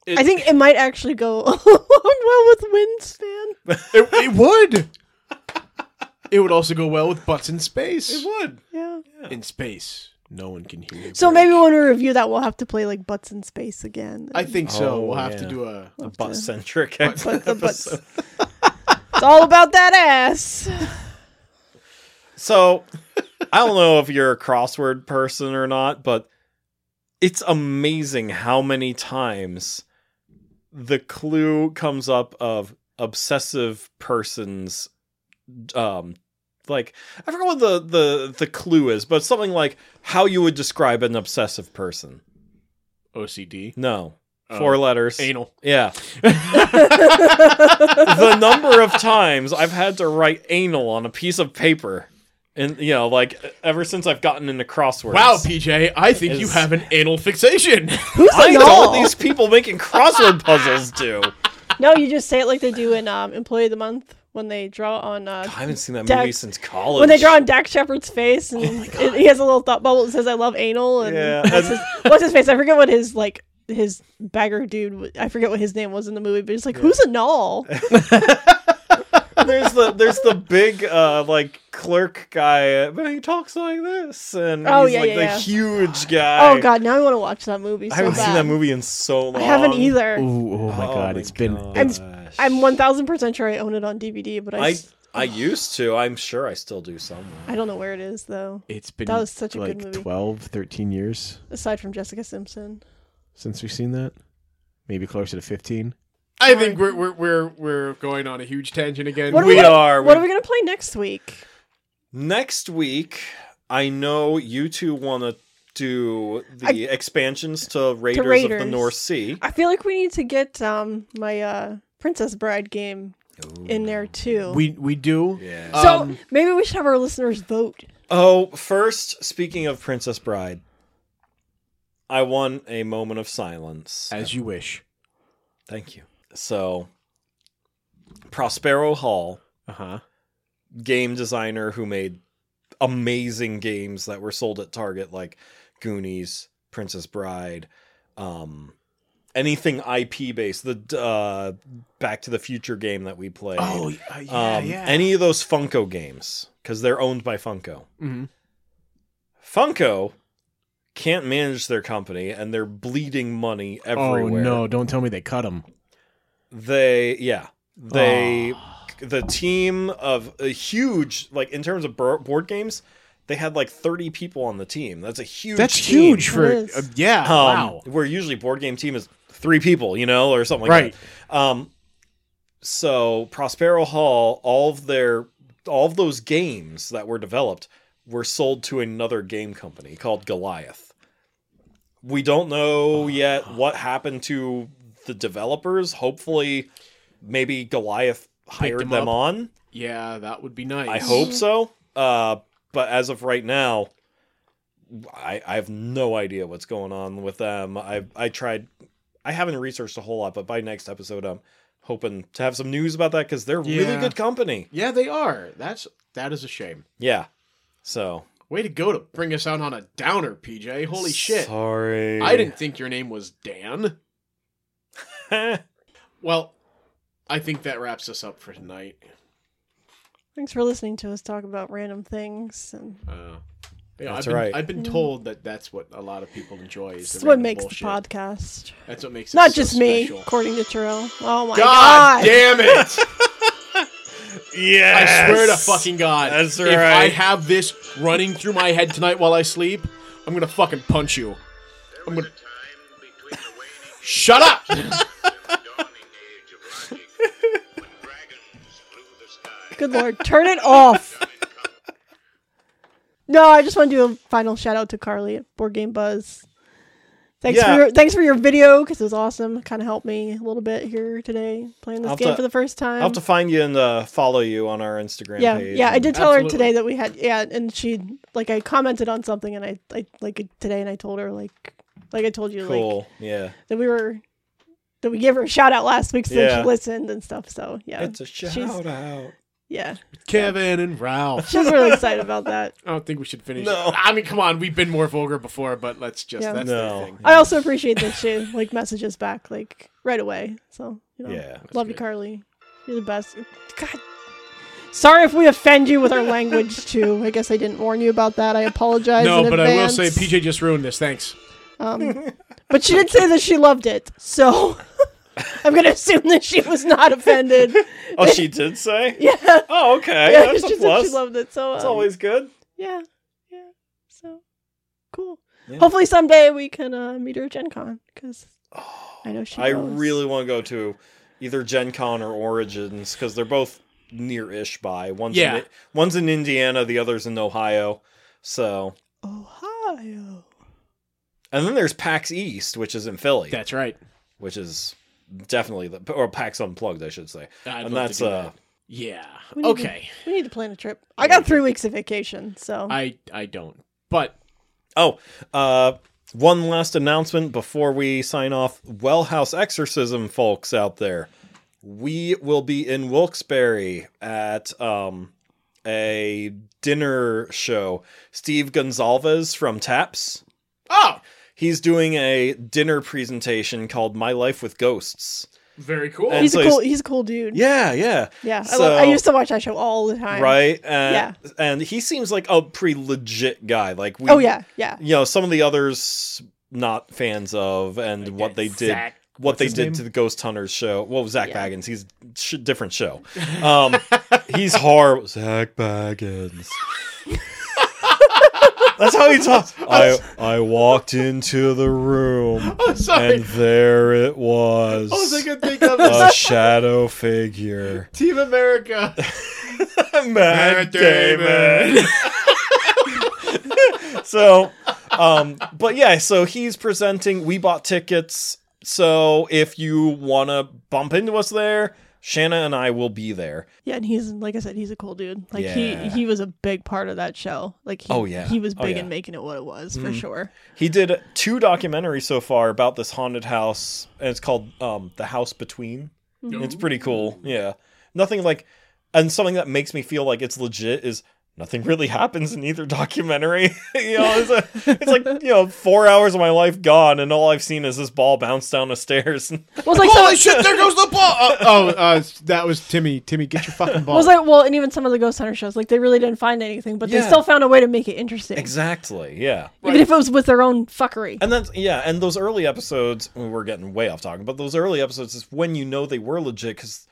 Speaker 3: It-
Speaker 4: I think it might actually go along well with Windspan.
Speaker 3: It, it would. it would also go well with butts in space.
Speaker 2: would.
Speaker 4: Yeah.
Speaker 3: In space, no one can hear you.
Speaker 4: So
Speaker 3: break.
Speaker 4: maybe when we review that, we'll have to play like Butts in Space again.
Speaker 3: I think so.
Speaker 2: Oh,
Speaker 3: we'll have to
Speaker 2: yeah.
Speaker 3: do a.
Speaker 2: The butt centric
Speaker 4: But the butts.
Speaker 2: episode.
Speaker 4: it's all about that ass.
Speaker 2: So I don't know if you're a crossword person or not, but it's amazing how many times the clue comes up of obsessive persons um like I forgot what the the the clue is, but something like how you would describe an obsessive person.
Speaker 3: OCD.
Speaker 2: No.
Speaker 3: Oh.
Speaker 2: Four letters.
Speaker 3: Anal.
Speaker 2: Yeah. the number of times I've had to write anal on a piece of paper. And you know, like ever since I've gotten into crosswords.
Speaker 3: Wow, PJ, I think you
Speaker 2: Is-
Speaker 3: have an anal fixation.
Speaker 4: Who's
Speaker 2: I know
Speaker 4: y'all?
Speaker 2: what these people making crossword puzzles do.
Speaker 4: No, you just say it like they do in um, Employee of the Month when they draw on uh,
Speaker 2: I haven't seen that
Speaker 4: Dex-
Speaker 2: movie since college.
Speaker 4: when they draw on Dak Shepard's face, and it- he has a little thought bubble that says "I love anal." And
Speaker 2: Yeah.
Speaker 4: what's, his, what's his face? I forget what his like his bagger dude. w- I forget what his name was in the movie, but he's like, "Who's a null?"
Speaker 2: there's the there's the big uh like clerk guy, uh, but he talks like this, and
Speaker 4: Oh,
Speaker 2: he's
Speaker 4: yeah,
Speaker 2: like
Speaker 4: yeah,
Speaker 2: the
Speaker 4: yeah.
Speaker 2: huge guy.
Speaker 4: oh God, now I want to watch that movie. So
Speaker 2: I haven't
Speaker 4: bad.
Speaker 2: seen that movie in so long.
Speaker 4: I haven't either.
Speaker 6: Ooh, oh my
Speaker 2: Oh
Speaker 6: god,
Speaker 2: my
Speaker 6: it's been
Speaker 2: gosh.
Speaker 6: it's
Speaker 4: I'm one thousand percent sure I own it on DVD, but I,
Speaker 2: I
Speaker 4: s-
Speaker 2: I used to. I'm sure I still do somewhere.
Speaker 4: I don't know where it is though.
Speaker 6: it's been
Speaker 4: That was such a good
Speaker 6: like
Speaker 4: movie.
Speaker 6: twelve, thirteen 12, 13 years
Speaker 4: Aside from Jessica Simpson,
Speaker 6: since we've seen that. Maybe closer to 15.
Speaker 3: I think we're we're we're, we're going on a huge tangent again.
Speaker 4: What do
Speaker 2: we
Speaker 4: we-
Speaker 2: are.
Speaker 4: what
Speaker 2: we-
Speaker 4: are we gonna play next week?
Speaker 2: Next week, I know you two want to do the
Speaker 4: I-
Speaker 2: expansions to Raiders, of
Speaker 4: Raiders.
Speaker 2: the North Sea.
Speaker 4: I feel like we need to get um my uh Princess Bride game in there too.
Speaker 3: we we do.
Speaker 2: Yeah.
Speaker 4: so
Speaker 3: um,
Speaker 4: maybe we should have our listeners vote.
Speaker 2: Oh, first, speaking of Princess Bride, I won a moment of silence.
Speaker 6: As you wish.
Speaker 2: Thank you. So, Prospero Hall,
Speaker 6: Uh
Speaker 3: Uh-huh.
Speaker 6: huh.
Speaker 2: game designer who made amazing games that were sold at Target, like Goonies, Princess Bride, um, anything IP based, the uh, Back to the Future game that we played.
Speaker 6: Oh, yeah,
Speaker 2: um, Any of those Funko games, because they're owned by Funko.
Speaker 6: Mm-hmm.
Speaker 3: Mhm.
Speaker 2: Funko can't manage their company and they're bleeding money everywhere.
Speaker 6: Oh, no. Don't tell me they cut him.
Speaker 2: They, yeah. They, the team of a huge, like in terms of bor- board games, they had like 30 people on the team. That's a huge
Speaker 6: That's
Speaker 2: team.
Speaker 6: huge for.
Speaker 4: It is.
Speaker 6: uh, yeah.
Speaker 2: Um,
Speaker 6: wow.
Speaker 2: Where usually board game team is three people, you know, or something like
Speaker 6: Right.
Speaker 2: that. Um, so Prospero Hall, all of their, all of those games that were developed were sold to another game company called Goliath. We don't know yet what happened to the developers. Hopefully, maybe Goliath hired
Speaker 3: them
Speaker 2: them,
Speaker 3: up.
Speaker 2: on.
Speaker 3: Yeah, that would be nice.
Speaker 2: I hope so. Uh, but as of right now, I, I have no idea what's going on with them. I I tried. I haven't researched a whole lot, but by next episode, I'm hoping to have some news about that because they're really
Speaker 3: Yeah.
Speaker 2: good company.
Speaker 3: Yeah, they are. That's that is a shame.
Speaker 2: Yeah. So
Speaker 3: Way to go to bring us out on a downer, PJ. Holy shit.
Speaker 2: Sorry,
Speaker 3: I didn't think your name was Dan. Well, I think that wraps us up for tonight.
Speaker 4: Thanks for listening to us talk about random things. And
Speaker 3: Uh, yeah,
Speaker 2: That's
Speaker 3: I've been,
Speaker 2: right.
Speaker 3: I've been told that that's what a lot of people enjoy. Is
Speaker 4: this
Speaker 3: the
Speaker 4: is what
Speaker 3: random
Speaker 4: makes
Speaker 3: bullshit.
Speaker 4: the podcast.
Speaker 3: That's what makes it
Speaker 4: Not
Speaker 3: so
Speaker 4: just me,
Speaker 3: special.
Speaker 4: according to Terrell. Oh my
Speaker 3: God,
Speaker 4: god.
Speaker 3: damn it! I
Speaker 2: yes.
Speaker 3: swear to fucking God,
Speaker 2: That's
Speaker 3: if I
Speaker 2: right.
Speaker 3: have this running through my head tonight while I sleep, I'm gonna fucking punch you. I'm gonna. Shut up!
Speaker 4: Good lord, turn it off. No, I just want to do a final shout out to Carly at Board Game Buzz. Thanks
Speaker 2: Yeah.
Speaker 4: for your, thanks for your video because it was awesome. Kind of helped me a little bit here today playing this
Speaker 2: I'll have
Speaker 4: game
Speaker 2: to-
Speaker 4: for the first time.
Speaker 2: I'll have to find you and uh, follow you on our Instagram
Speaker 4: yeah,
Speaker 2: page.
Speaker 4: yeah. I
Speaker 2: and-
Speaker 4: did tell
Speaker 3: Absolutely.
Speaker 4: her today that we had yeah, and she like I commented on something and I, I like today and I told her like like I told you
Speaker 2: Cool.
Speaker 4: like
Speaker 2: yeah.
Speaker 4: that we were that we gave her a shout out last week so
Speaker 2: Yeah.
Speaker 4: she listened and stuff. So yeah,
Speaker 2: It's a shout out.
Speaker 4: yeah,
Speaker 3: Kevin and Ralph.
Speaker 4: she was really excited about that.
Speaker 3: I don't think we should finish.
Speaker 2: No.
Speaker 3: I mean, come on, we've been more vulgar before, but let's just
Speaker 4: Yeah.
Speaker 3: that's
Speaker 2: No.
Speaker 3: the thing.
Speaker 4: I also appreciate that she like messages back like right away. So you know,
Speaker 2: Yeah.
Speaker 4: love you,
Speaker 3: good.
Speaker 4: Carly. You're the best. God, sorry if we offend you with our language too. I guess I didn't warn you about that. I apologize.
Speaker 3: No,
Speaker 4: in
Speaker 3: but
Speaker 4: advance.
Speaker 3: I will say PJ just ruined this. Thanks.
Speaker 4: Um, but she did say that she loved it, so I'm gonna assume that she was not offended.
Speaker 2: Oh, she did say.
Speaker 4: Yeah,
Speaker 2: Oh, okay.
Speaker 4: yeah,
Speaker 2: That's a
Speaker 4: she said she
Speaker 2: plus.
Speaker 4: loved it. So
Speaker 2: That's
Speaker 4: um,
Speaker 2: always good.
Speaker 4: yeah, yeah. So cool.
Speaker 2: Yeah.
Speaker 4: Hopefully someday we can uh, meet her at Gen Con because I know she.
Speaker 2: Oh, I
Speaker 4: goes.
Speaker 2: really want to go to either Gen Con or Origins because they're both near-ish by. One's
Speaker 3: Yeah.
Speaker 2: in, one's in Indiana, the other's in Ohio. So,
Speaker 4: Ohio.
Speaker 2: and then there's PAX East, which is in Philly,
Speaker 3: That's right.
Speaker 2: which is definitely the or PAX Unplugged, I should say.
Speaker 3: I'd
Speaker 2: and
Speaker 3: love to
Speaker 2: that's
Speaker 3: do
Speaker 2: uh,
Speaker 3: that. Yeah.
Speaker 4: We need to-
Speaker 3: Okay.
Speaker 4: we need to plan a trip. I got three weeks of vacation, so
Speaker 3: I I don't. But
Speaker 2: Oh, uh, one last announcement before we sign off. Wellhouse Exorcism folks out there. we will be in Wilkes-Barre at um, a dinner show. Steve Gonzalez from Taps.
Speaker 3: Oh,
Speaker 2: He's doing a dinner presentation called My Life with Ghosts.
Speaker 3: very cool.
Speaker 2: And
Speaker 4: He's
Speaker 2: so
Speaker 4: a
Speaker 2: he's-
Speaker 4: cool. He's a cool dude.
Speaker 2: Yeah, yeah.
Speaker 4: Yeah, I, love, I
Speaker 2: So-
Speaker 4: used to watch that show all the time.
Speaker 2: Right? And,
Speaker 4: Yeah.
Speaker 2: And he seems like a pretty legit guy. Like we
Speaker 4: Oh yeah, yeah.
Speaker 2: you know some of the others not fans of and what they did
Speaker 5: Zach-
Speaker 2: what
Speaker 5: what's
Speaker 2: they
Speaker 5: his
Speaker 2: did
Speaker 5: name?
Speaker 2: to the ghost hunters show well zach
Speaker 4: Yeah.
Speaker 2: baggins he's sh- different show um he's horrible zach baggins that's how he talks i i walked into the room
Speaker 3: oh, sorry.
Speaker 2: and there it was
Speaker 3: All I could think of is
Speaker 2: a shadow figure
Speaker 3: Team America.
Speaker 2: Matt Damon. so, um, but yeah, so he's presenting. We bought tickets, so if you want to bump into us there, Shanna and I will be there.
Speaker 4: Yeah, and he's like I said, he's a cool dude. Like he
Speaker 2: Yeah.
Speaker 4: he was a big part of that show. Like he,
Speaker 2: Oh, yeah.
Speaker 4: he was
Speaker 2: Oh,
Speaker 4: big
Speaker 2: yeah. Mm-hmm.
Speaker 4: in making it what it was for sure.
Speaker 2: He did two documentaries so far about this haunted house, and it's called um, "The House Between." It's pretty cool. Yeah, nothing like, and something that makes me feel like it's legit is nothing really happens in either documentary. you know, it's, a, it's like you know, four hours of my life gone, and all I've seen is this ball bounce down the stairs.
Speaker 4: Well, it's like
Speaker 3: Holy
Speaker 4: some,
Speaker 3: shit! There goes the ball. Oh, oh, uh, that was Timmy. Timmy, get your fucking ball.
Speaker 4: well, it's like well, and even some of the Ghost Hunter shows, like they really didn't find anything, but
Speaker 2: Yeah.
Speaker 4: they still found a way to make it interesting.
Speaker 2: exactly. Yeah.
Speaker 4: Even if it was with their own fuckery.
Speaker 2: And that's yeah, and those early episodes we we're getting way off talking, but those early episodes is when you know they were legit because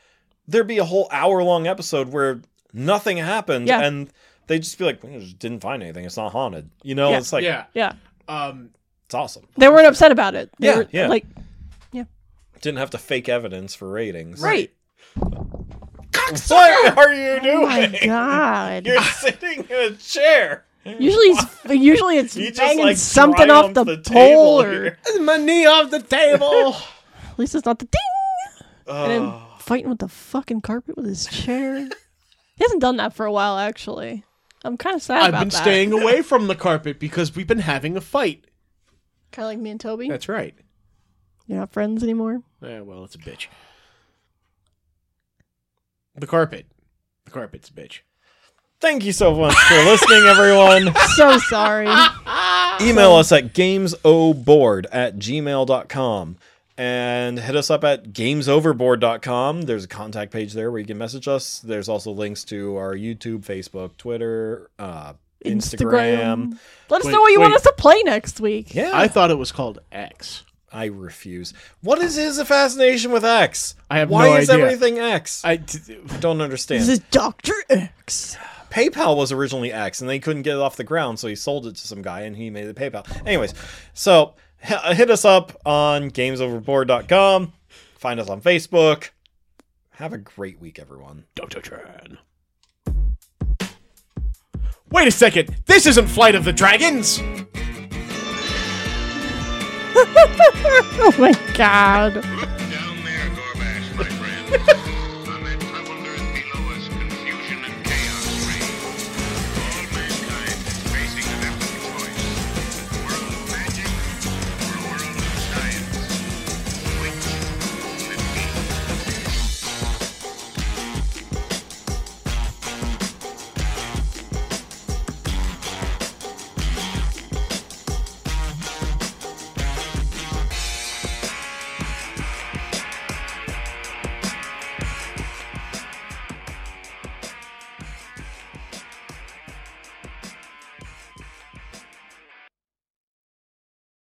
Speaker 2: there'd be a whole hour long episode where nothing happened,
Speaker 4: Yeah.
Speaker 2: and they'd just be like, "We just didn't find anything. It's not haunted." You know,
Speaker 4: Yeah.
Speaker 2: it's like
Speaker 3: yeah.
Speaker 4: yeah,
Speaker 3: Um.
Speaker 2: it's awesome.
Speaker 4: they weren't upset about it. They
Speaker 2: Yeah,
Speaker 4: were,
Speaker 2: yeah.
Speaker 4: Like
Speaker 2: Didn't have to fake evidence for ratings.
Speaker 4: right.
Speaker 2: What are you
Speaker 4: Oh my
Speaker 2: doing?
Speaker 4: god.
Speaker 2: You're sitting in a chair.
Speaker 4: Usually, it's, usually it's
Speaker 2: You just
Speaker 4: banging
Speaker 2: like
Speaker 4: something off the,
Speaker 2: triumphed the table
Speaker 4: pole, or
Speaker 2: here.
Speaker 6: My knee off the table.
Speaker 4: at least it's not the ding. And him
Speaker 3: Oh.
Speaker 4: fighting with the fucking carpet with his chair. he hasn't done that for a while, actually. I'm kind of sad
Speaker 3: I've
Speaker 4: about
Speaker 3: been
Speaker 4: that.
Speaker 3: staying away from the carpet because we've been having a fight.
Speaker 4: Kind of like me and Toby.
Speaker 3: That's right.
Speaker 4: You're not friends anymore.
Speaker 3: Yeah, well, it's a bitch. The carpet. The carpet's a bitch.
Speaker 2: Thank you so much for listening, everyone.
Speaker 4: So sorry.
Speaker 2: Email us at gamesoboard at gmail.com and hit us up at gamesoverboard.com. There's a contact page there where you can message us. There's also links to our YouTube, Facebook, Twitter, uh, Instagram.
Speaker 4: Let us
Speaker 3: Wait,
Speaker 4: know what you want
Speaker 3: wait.
Speaker 4: us to play next week.
Speaker 2: Yeah,
Speaker 3: I
Speaker 2: I,
Speaker 3: thought it was called X.
Speaker 2: refuse. What is his fascination with X?
Speaker 3: I have
Speaker 2: Why
Speaker 3: no
Speaker 2: is
Speaker 3: idea.
Speaker 2: everything X? I
Speaker 3: I t-
Speaker 2: don't understand.
Speaker 4: This is Doctor X.
Speaker 2: PayPal was originally X, and they couldn't get it off the ground, so he sold it to some guy, and he made it PayPal. Anyways, so h- hit us up on gamesoverboard.com. Find us on Facebook. Have a great week, everyone.
Speaker 3: Dr. Tran. Wait a second. This isn't Flight of the Dragons.
Speaker 4: Oh my god.